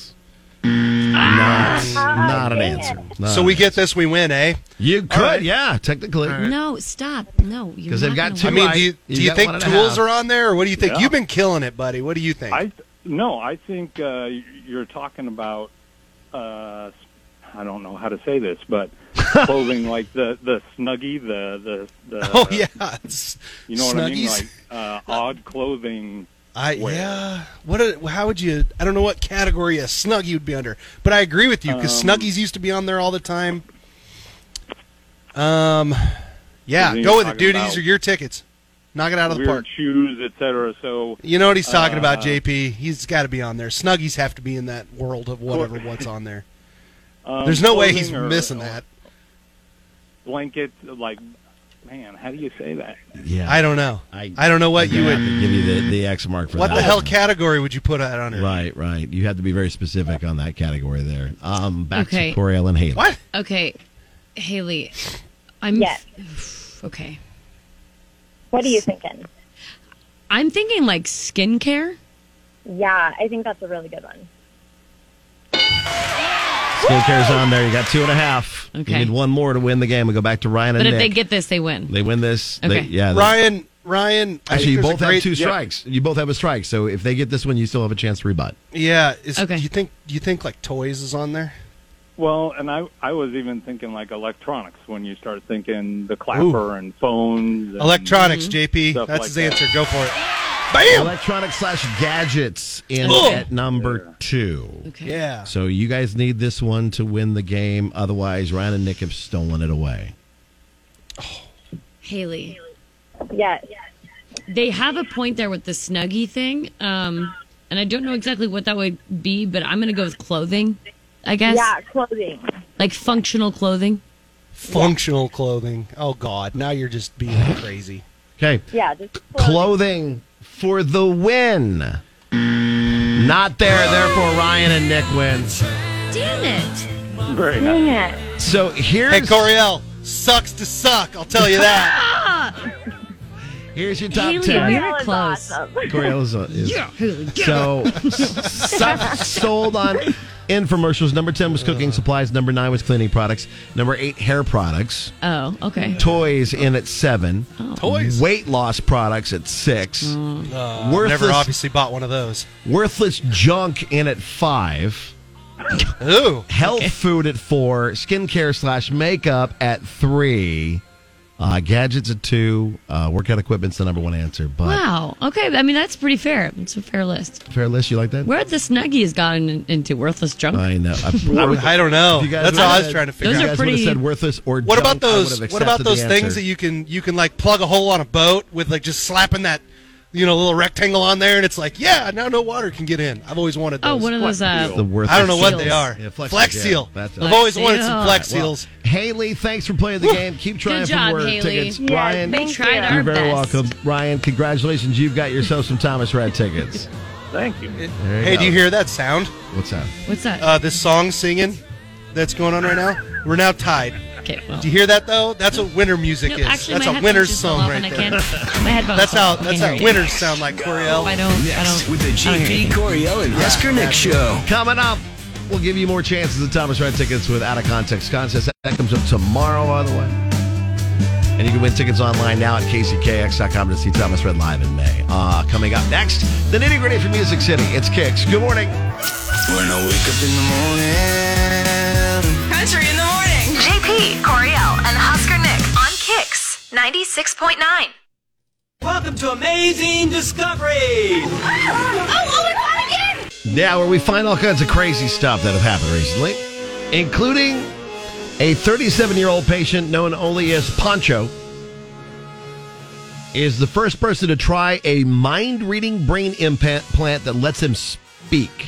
[SPEAKER 12] not not an answer. Not
[SPEAKER 14] so
[SPEAKER 12] an
[SPEAKER 14] we get this, we win, eh?
[SPEAKER 12] You could,
[SPEAKER 14] All right.
[SPEAKER 12] yeah, technically.
[SPEAKER 13] No, stop. No, you're
[SPEAKER 12] 'Cause they've
[SPEAKER 13] not
[SPEAKER 12] got
[SPEAKER 13] gonna
[SPEAKER 12] two
[SPEAKER 14] I
[SPEAKER 13] win.
[SPEAKER 14] mean, do you,
[SPEAKER 12] You
[SPEAKER 14] do you
[SPEAKER 12] got
[SPEAKER 14] think
[SPEAKER 12] one and a
[SPEAKER 14] tools
[SPEAKER 12] half.
[SPEAKER 14] are on there, or what do you think?
[SPEAKER 10] Yeah.
[SPEAKER 14] You've been killing it, buddy. What do you think?
[SPEAKER 10] I th- no, I think uh, you're talking about. Uh, I don't know how to say this, but clothing like the the snuggie, the the, the
[SPEAKER 14] oh yeah, It's-
[SPEAKER 10] you know what I mean,
[SPEAKER 14] Snuggies.
[SPEAKER 10] like uh, odd clothing.
[SPEAKER 14] I
[SPEAKER 10] wear.
[SPEAKER 14] yeah. What? A, how would you? I don't know what category a snuggie would be under, but I agree with you because
[SPEAKER 10] Um,
[SPEAKER 14] snuggies used to be on there all the time. Um, yeah,
[SPEAKER 10] Isn't he
[SPEAKER 14] go with it,
[SPEAKER 10] talking
[SPEAKER 14] dude.
[SPEAKER 10] about
[SPEAKER 14] These are your tickets. Knock it out of the
[SPEAKER 10] weird
[SPEAKER 14] park.
[SPEAKER 10] shoes, etc. So
[SPEAKER 14] You know what he's talking about,
[SPEAKER 10] uh,
[SPEAKER 14] JP. He's got to be on there. Snuggies have to be in that world of whatever what's on there.
[SPEAKER 10] um,
[SPEAKER 14] There's no way
[SPEAKER 10] clothing
[SPEAKER 14] he's
[SPEAKER 10] or-
[SPEAKER 14] missing
[SPEAKER 10] or
[SPEAKER 14] that.
[SPEAKER 10] Blanket, like man, how do you say that?
[SPEAKER 12] Yeah,
[SPEAKER 14] I don't know. I, don't know what you
[SPEAKER 12] have
[SPEAKER 14] would.
[SPEAKER 12] to give you the, the X mark for
[SPEAKER 14] What
[SPEAKER 12] that.
[SPEAKER 14] the hell category would you put that under?
[SPEAKER 12] Right, right. You have to be very specific on that category there. Um, back
[SPEAKER 13] Okay.
[SPEAKER 12] to Corey Ellen Haley.
[SPEAKER 13] Okay, Haley, I'm
[SPEAKER 6] Yes.
[SPEAKER 13] okay.
[SPEAKER 6] What are you thinking?
[SPEAKER 13] I'm thinking like skincare.
[SPEAKER 6] Yeah, I think that's a really good one.
[SPEAKER 12] Skincare's on there. You got two and a half.
[SPEAKER 13] Okay.
[SPEAKER 12] You need one more to win the game. We go back to Ryan and
[SPEAKER 13] But if
[SPEAKER 12] Nick.
[SPEAKER 13] they get this, they win.
[SPEAKER 12] They win this. They,
[SPEAKER 13] Okay.
[SPEAKER 12] yeah. they-
[SPEAKER 14] Ryan, Ryan. I
[SPEAKER 12] Actually,
[SPEAKER 14] think
[SPEAKER 12] you
[SPEAKER 14] there's a
[SPEAKER 12] both have
[SPEAKER 14] great-
[SPEAKER 12] two
[SPEAKER 14] yeah.
[SPEAKER 12] strikes. You both have a strike. So if they get this one, you still have a chance to rebut.
[SPEAKER 14] Yeah. Is, Do you think? Do you think like toys is on there?
[SPEAKER 10] Well, and I I was even thinking like electronics when you start thinking the clapper and phones. And
[SPEAKER 14] Electronics, JP.
[SPEAKER 10] stuff
[SPEAKER 14] That's
[SPEAKER 10] like
[SPEAKER 14] his
[SPEAKER 10] that.
[SPEAKER 14] answer. Go for it. Bam.
[SPEAKER 12] Electronic slash gadgets in
[SPEAKER 14] Oh.
[SPEAKER 12] at number two.
[SPEAKER 14] Yeah.
[SPEAKER 12] So you guys need this one to win the game. Otherwise, Ryan and Nick have stolen it away.
[SPEAKER 13] Haley,
[SPEAKER 6] Yes.
[SPEAKER 13] they have a point there with the snuggie thing, um, and I don't know exactly what that would be, but I'm gonna go with clothing. I guess,
[SPEAKER 6] Yeah, clothing.
[SPEAKER 13] like functional clothing.
[SPEAKER 14] Functional clothing. Oh God. Now you're just being crazy.
[SPEAKER 12] Okay.
[SPEAKER 6] Yeah, just
[SPEAKER 12] Clothing for the win. Not there. Therefore, Ryan and Nick wins.
[SPEAKER 13] Damn it!
[SPEAKER 10] Very
[SPEAKER 6] Dang it.
[SPEAKER 12] So here's
[SPEAKER 14] Hey Coriel, sucks to suck. I'll tell you that.
[SPEAKER 12] here's your top
[SPEAKER 13] Haley,
[SPEAKER 12] ten.
[SPEAKER 13] we were close.
[SPEAKER 12] Coriel is, is
[SPEAKER 13] Yeah, Haley, get
[SPEAKER 12] So,
[SPEAKER 13] it.
[SPEAKER 12] s- stuff sold on infomercials. Number 10 was cooking supplies. Number 9 was cleaning products. Number 8, hair products.
[SPEAKER 13] Oh, okay.
[SPEAKER 12] Toys in at 7. Toys. Weight loss products at 6.
[SPEAKER 14] Uh, Never
[SPEAKER 12] Worthless-
[SPEAKER 14] obviously bought one of those.
[SPEAKER 12] Worthless junk in at 5.
[SPEAKER 14] Ooh.
[SPEAKER 12] Health food at 4. Skincare slash makeup at 3. Uh, gadgets at 2. Uh, workout equipment's the number one answer. But
[SPEAKER 13] Wow. Okay. I mean, that's pretty fair. It's a fair list.
[SPEAKER 12] fair list, you like that?
[SPEAKER 13] Where the snuggie has gotten in- into worthless junk?
[SPEAKER 12] I know. I, would-
[SPEAKER 14] I don't know.
[SPEAKER 12] If you guys
[SPEAKER 14] That's all I
[SPEAKER 12] would've
[SPEAKER 14] was
[SPEAKER 12] said-
[SPEAKER 14] trying to figure
[SPEAKER 12] if you
[SPEAKER 14] out.
[SPEAKER 12] guys would've said worthless or
[SPEAKER 14] What about
[SPEAKER 12] junk, I
[SPEAKER 14] those?
[SPEAKER 12] would've
[SPEAKER 14] What about
[SPEAKER 12] accepted
[SPEAKER 14] those
[SPEAKER 12] the
[SPEAKER 14] things
[SPEAKER 12] answer.
[SPEAKER 14] that you can you can like plug a hole on a boat with like just slapping that you know little rectangle on there and it's like yeah now no water can get in. I've always wanted those.
[SPEAKER 13] Oh, one of those, uh, The
[SPEAKER 12] worthless
[SPEAKER 14] I don't know what
[SPEAKER 12] seals.
[SPEAKER 14] they are.
[SPEAKER 12] Yeah,
[SPEAKER 14] flex,
[SPEAKER 12] flex seal, yeah,
[SPEAKER 14] seal.
[SPEAKER 12] that's it.
[SPEAKER 14] I've
[SPEAKER 12] Flex
[SPEAKER 14] always wanted some
[SPEAKER 13] seal.
[SPEAKER 14] flex
[SPEAKER 12] All right, well,
[SPEAKER 14] seals.
[SPEAKER 12] Haley, thanks for playing the game. Keep trying
[SPEAKER 13] Good
[SPEAKER 12] for
[SPEAKER 13] job,
[SPEAKER 12] more
[SPEAKER 13] Haley.
[SPEAKER 12] tickets.
[SPEAKER 13] Yes,
[SPEAKER 12] Ryan,
[SPEAKER 13] they tried our
[SPEAKER 12] you're very
[SPEAKER 13] best.
[SPEAKER 12] welcome. Ryan, congratulations. You've got yourself some Thomas Red tickets.
[SPEAKER 10] Thank you.
[SPEAKER 12] There
[SPEAKER 14] Hey,
[SPEAKER 12] go.
[SPEAKER 14] do you hear that sound?
[SPEAKER 12] What's that?
[SPEAKER 13] What's that?
[SPEAKER 14] Uh, this song singing that's going on right now. We're now tied.
[SPEAKER 13] Okay. Well.
[SPEAKER 14] Do you hear that though? That's what winter music
[SPEAKER 13] Nope,
[SPEAKER 14] is.
[SPEAKER 13] actually,
[SPEAKER 14] that's
[SPEAKER 13] my
[SPEAKER 14] a
[SPEAKER 13] headphones
[SPEAKER 14] winner's
[SPEAKER 13] just fell
[SPEAKER 14] song
[SPEAKER 13] off
[SPEAKER 14] right
[SPEAKER 13] and I
[SPEAKER 14] there.
[SPEAKER 13] can't- my headphones
[SPEAKER 14] that's
[SPEAKER 13] fell
[SPEAKER 14] how
[SPEAKER 13] off.
[SPEAKER 14] that's
[SPEAKER 13] Can't
[SPEAKER 14] how
[SPEAKER 13] hear you.
[SPEAKER 14] winners sound like Coriel.
[SPEAKER 13] I don't. I
[SPEAKER 2] Next
[SPEAKER 13] don't.
[SPEAKER 2] with the
[SPEAKER 13] I don't hear
[SPEAKER 2] GP
[SPEAKER 13] anything.
[SPEAKER 2] Corey Ellen Husker Nick Show.
[SPEAKER 12] Coming up, we'll give you more chances of Thomas Red tickets with Out of Context Contest. That comes up tomorrow, by the way. And you can win tickets online now at kckx.com to see Thomas Red live in May. Uh, coming up next, the nitty gritty from Music City. It's Kicks. Good morning.
[SPEAKER 21] When I wake up in the morning,
[SPEAKER 1] Country in the morning. JP, Coriel, and Husker Nick on Kicks 96.9.
[SPEAKER 2] Welcome to Amazing Discovery.
[SPEAKER 1] Oh,
[SPEAKER 12] Yeah, where we find all kinds of crazy stuff that have happened recently, including a 37 year old patient known only as Poncho is the first person to try a mind reading brain implant plant that lets him speak.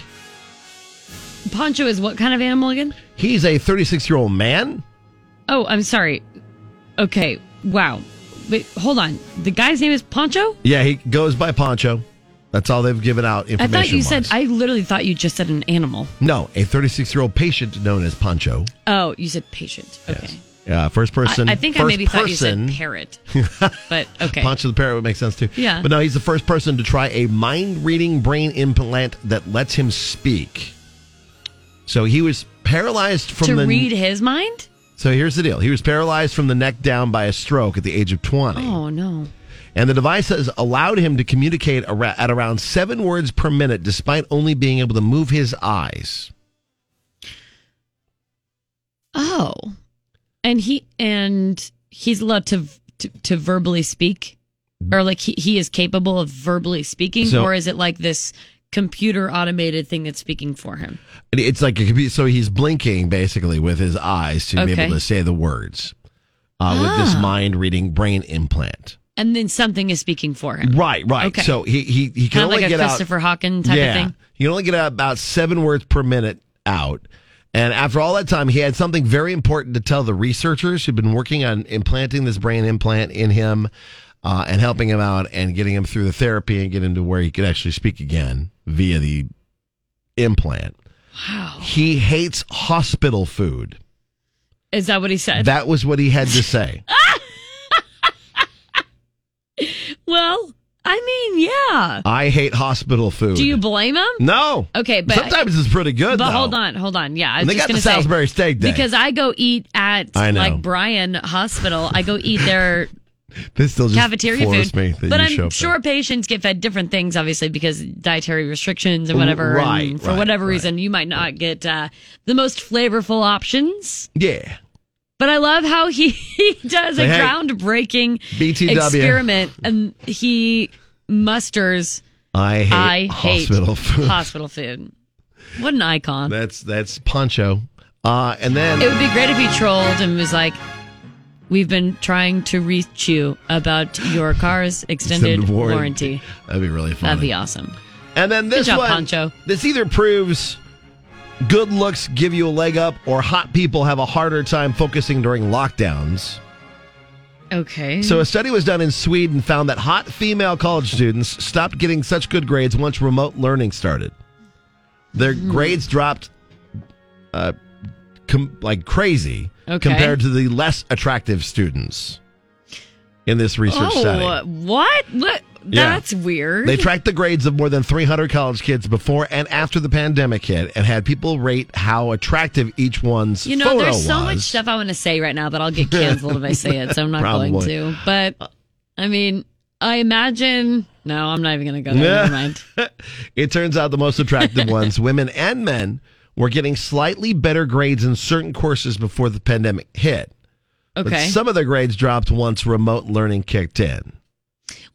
[SPEAKER 13] Poncho is what kind of animal again?
[SPEAKER 12] He's a 36 year old man.
[SPEAKER 13] Oh, I'm sorry. Okay. Wow. Wait, hold on. The guy's name is Poncho.
[SPEAKER 12] Yeah, he goes by Poncho. That's all they've given out
[SPEAKER 13] I
[SPEAKER 12] information.
[SPEAKER 13] thought you said. I literally thought you just said an animal.
[SPEAKER 12] No, a 36 year old patient known as Poncho.
[SPEAKER 13] Oh, you said patient. Okay.
[SPEAKER 12] Yeah, first person.
[SPEAKER 13] I, I think I
[SPEAKER 12] first
[SPEAKER 13] maybe thought you said
[SPEAKER 12] person-
[SPEAKER 13] parrot, but okay.
[SPEAKER 12] Poncho the Parrot would make sense too.
[SPEAKER 13] Yeah.
[SPEAKER 12] But no, he's the first person to try a mind reading brain implant that lets him speak. So he was paralyzed from
[SPEAKER 13] to
[SPEAKER 12] the
[SPEAKER 13] read his mind?
[SPEAKER 12] So here's the deal. He was paralyzed from the neck down by a stroke at the age of 20.
[SPEAKER 13] Oh no.
[SPEAKER 12] And the device has allowed him to communicate ara- at around 7 words per minute despite only being able to move his eyes.
[SPEAKER 13] Oh, and he and he's allowed to to, to verbally speak, or like he, he is capable of verbally speaking,
[SPEAKER 12] Mm-hmm. So-
[SPEAKER 13] or is it like this computer automated thing that's speaking for him?
[SPEAKER 12] And It's like a computer. So he's blinking basically with his eyes to be
[SPEAKER 13] Okay.
[SPEAKER 12] able to say the words uh, with this
[SPEAKER 13] Ah.
[SPEAKER 12] mind reading brain implant.
[SPEAKER 13] And then something is speaking for him.
[SPEAKER 12] Right, right.
[SPEAKER 13] Okay.
[SPEAKER 12] So he he, he can
[SPEAKER 13] kind of
[SPEAKER 12] only
[SPEAKER 13] like
[SPEAKER 12] get
[SPEAKER 13] a
[SPEAKER 12] out.
[SPEAKER 13] Christopher Hawken type
[SPEAKER 12] yeah,
[SPEAKER 13] of thing.
[SPEAKER 12] he can only get out about seven words per minute out. And after all that time, he had something very important to tell the researchers who've been working on implanting this brain implant in him uh, and helping him out and getting him through the therapy and get him to where he could actually speak again via the implant. Wow. He hates hospital food.
[SPEAKER 13] Is that what he said?
[SPEAKER 12] That was what he had to say.
[SPEAKER 13] well, I mean, yeah.
[SPEAKER 12] I hate hospital food.
[SPEAKER 13] Do you blame him?
[SPEAKER 12] No.
[SPEAKER 13] Okay, but
[SPEAKER 12] sometimes it's pretty good.
[SPEAKER 13] But
[SPEAKER 12] though.
[SPEAKER 13] hold on, hold on. Yeah, I was
[SPEAKER 12] And they
[SPEAKER 13] just
[SPEAKER 12] got the
[SPEAKER 13] gonna say,
[SPEAKER 12] Salisbury steak day.
[SPEAKER 13] because I go eat at
[SPEAKER 12] I know.
[SPEAKER 13] like Bryan Hospital. I go eat their
[SPEAKER 12] This still just
[SPEAKER 13] cafeteria
[SPEAKER 12] floors
[SPEAKER 13] food.
[SPEAKER 12] me that
[SPEAKER 13] but
[SPEAKER 12] you
[SPEAKER 13] I'm
[SPEAKER 12] show up
[SPEAKER 13] sure patients get fed different things, obviously, because dietary restrictions and whatever.
[SPEAKER 12] Right,
[SPEAKER 13] and for
[SPEAKER 12] right,
[SPEAKER 13] whatever reason, you might not get uh, the most flavorful options.
[SPEAKER 12] there. Yeah.
[SPEAKER 13] But I love how he, he does a
[SPEAKER 12] Like, hey,
[SPEAKER 13] groundbreaking
[SPEAKER 12] BTW.
[SPEAKER 13] experiment, and he musters
[SPEAKER 12] I hate hospital food.
[SPEAKER 13] hospital food. What an icon!
[SPEAKER 12] That's that's Poncho. Uh, and then
[SPEAKER 13] It would be great if he trolled and was like, "We've been trying to reach you about your car's extended,
[SPEAKER 12] Extended warranty.
[SPEAKER 13] warranty.
[SPEAKER 12] that'd be really fun.
[SPEAKER 13] That'd be awesome."
[SPEAKER 12] And then this
[SPEAKER 13] Good job,
[SPEAKER 12] one,
[SPEAKER 13] Poncho.
[SPEAKER 12] this either proves good looks give you a leg up, or hot people have a harder time focusing during lockdowns.
[SPEAKER 13] Okay.
[SPEAKER 12] So, a study was done in Sweden found that hot female college students stopped getting such good grades once remote learning started. Their
[SPEAKER 13] Hmm.
[SPEAKER 12] grades dropped uh, com- like crazy
[SPEAKER 13] Okay.
[SPEAKER 12] compared to the less attractive students in this research
[SPEAKER 13] oh,
[SPEAKER 12] study.
[SPEAKER 13] what? What?
[SPEAKER 12] Yeah.
[SPEAKER 13] That's weird.
[SPEAKER 12] They tracked the grades of more than 300 college kids before and after the pandemic hit and had people rate how attractive each one's
[SPEAKER 13] You know,
[SPEAKER 12] photo
[SPEAKER 13] there's so
[SPEAKER 12] was.
[SPEAKER 13] much stuff I want to say right now, but I'll get canceled if I say it, so I'm not
[SPEAKER 12] Probably.
[SPEAKER 13] going to. But I mean, I imagine. No, I'm not even going to go there.
[SPEAKER 12] Yeah.
[SPEAKER 13] Never mind.
[SPEAKER 12] It turns out the most attractive ones, women and men, were getting slightly better grades in certain courses before the pandemic hit.
[SPEAKER 13] Okay.
[SPEAKER 12] But some of their grades dropped once remote learning kicked in.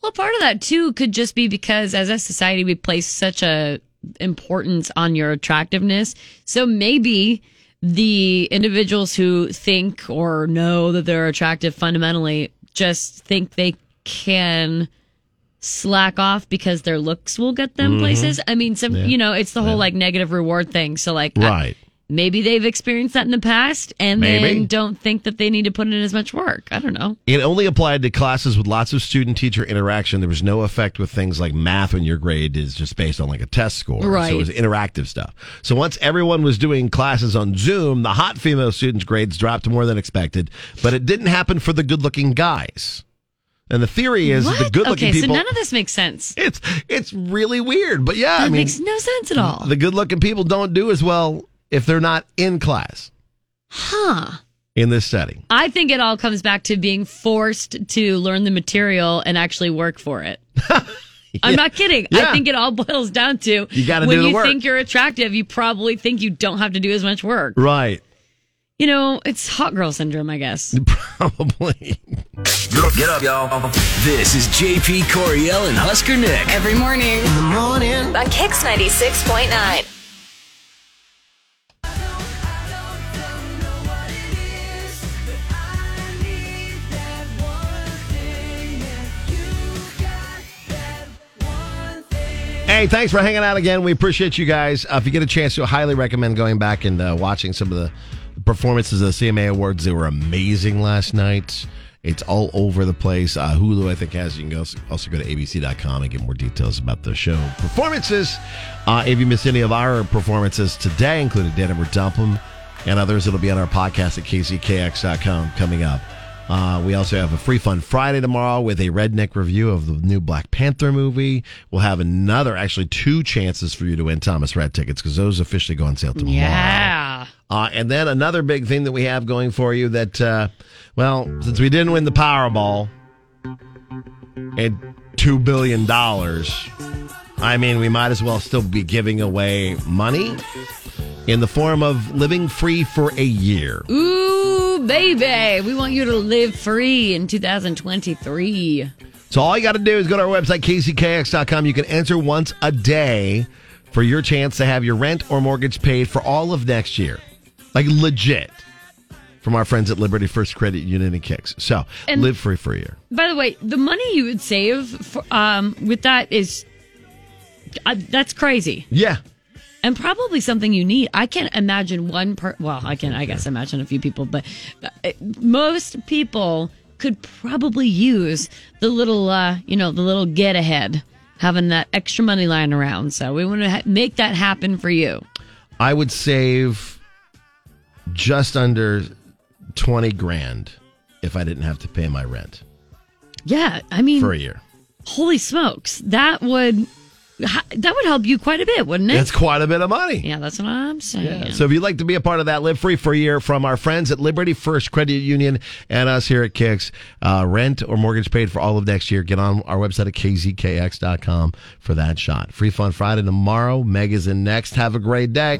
[SPEAKER 13] Well, part of that too could just be because as a society we place such a importance on your attractiveness. So maybe the individuals who think or know that they're attractive fundamentally just think they can slack off because their looks will get them
[SPEAKER 12] Mhm.
[SPEAKER 13] places. I mean, some
[SPEAKER 12] Yeah.
[SPEAKER 13] you know, it's the whole like negative reward thing. So like I-
[SPEAKER 12] Right.
[SPEAKER 13] maybe they've experienced that in the past and
[SPEAKER 12] Maybe.
[SPEAKER 13] then don't think that they need to put in as much work. I don't know.
[SPEAKER 12] It only applied to classes with lots of student teacher interaction. There was no effect with things like math when your grade is just based on like a test score. So
[SPEAKER 13] Right.
[SPEAKER 12] it was interactive stuff. So once everyone was doing classes on Zoom, the hot female students' grades dropped more than expected, but it didn't happen for the good looking guys. And the theory is that the
[SPEAKER 13] What?
[SPEAKER 12] good looking
[SPEAKER 13] okay, so
[SPEAKER 12] people.
[SPEAKER 13] none of this makes sense.
[SPEAKER 12] It's it's really weird, but yeah,
[SPEAKER 13] that
[SPEAKER 12] I mean,
[SPEAKER 13] makes no sense at all.
[SPEAKER 12] the good-looking people don't do as well if they're not in class
[SPEAKER 13] Huh.
[SPEAKER 12] in this setting.
[SPEAKER 13] I think it all comes back to being forced to learn the material and actually work for it. I'm not kidding. I
[SPEAKER 12] Yeah.
[SPEAKER 13] think it all boils down to
[SPEAKER 12] You gotta
[SPEAKER 13] when
[SPEAKER 12] do the
[SPEAKER 13] you
[SPEAKER 12] work.
[SPEAKER 13] think you're attractive, you probably think you don't have to do as much work.
[SPEAKER 12] Right.
[SPEAKER 13] You know, it's hot girl syndrome, I guess.
[SPEAKER 12] Probably.
[SPEAKER 2] Get up, y'all. This is JP Coriel and Husker Nick.
[SPEAKER 1] Every morning. In the morning. On Kix 96.9.
[SPEAKER 12] Hey, thanks for hanging out again. We appreciate you guys. Uh, if you get a chance, I highly recommend going back and uh, watching some of the performances of the CMA Awards. They were amazing last night. It's all over the place. Uh, Hulu, I think, has. You can go, also go to abc.com and get more details about the show performances. Uh, if you miss any of our performances today, including Dan and Dumpum, and others. It'll be on our podcast at kckx.com coming up. Uh, we also have a free fun Friday tomorrow with a redneck review of the new Black Panther movie. We'll have another, actually, two chances for you to win Thomas Rat tickets because those officially go on sale tomorrow.
[SPEAKER 13] Yeah.
[SPEAKER 12] Uh, and then another big thing that we have going for you that, uh, well, since we didn't win the Powerball and $2 billion, I mean, we might as well still be giving away money in the form of living free for a year.
[SPEAKER 13] Ooh, baby. We want you to live free in 2023.
[SPEAKER 12] So all you got to do is go to our website, kckx.com. You can enter once a day for your chance to have your rent or mortgage paid for all of next year. Like legit. From our friends at Liberty First Credit Union and Kicks. So
[SPEAKER 13] And-
[SPEAKER 12] live free for a year.
[SPEAKER 13] By the way, the money you would save for, um, with that is uh, that's crazy.
[SPEAKER 12] Yeah.
[SPEAKER 13] And probably something you need. I can't imagine one per. Well, I can, I guess, imagine a few people, but uh, most people could probably use the little, uh, you know, the little get ahead, having that extra money lying around. So we want to ha- make that happen for you.
[SPEAKER 12] I would save just under 20 grand if I didn't have to pay my rent
[SPEAKER 13] Yeah, I mean,
[SPEAKER 12] for a year.
[SPEAKER 13] holy smokes, that would ha- that would help you quite a bit, wouldn't it?
[SPEAKER 12] That's quite a bit of money.
[SPEAKER 13] yeah, that's what I'm saying.
[SPEAKER 12] So if you'd like to be a part of that, live free for a year from our friends at Liberty First Credit Union and us here at Kicks. Uh, rent or mortgage paid for all of next year. Get on our website at kzkx.com for that shot. Free Fun Friday tomorrow. Meg is in next. Have a great day.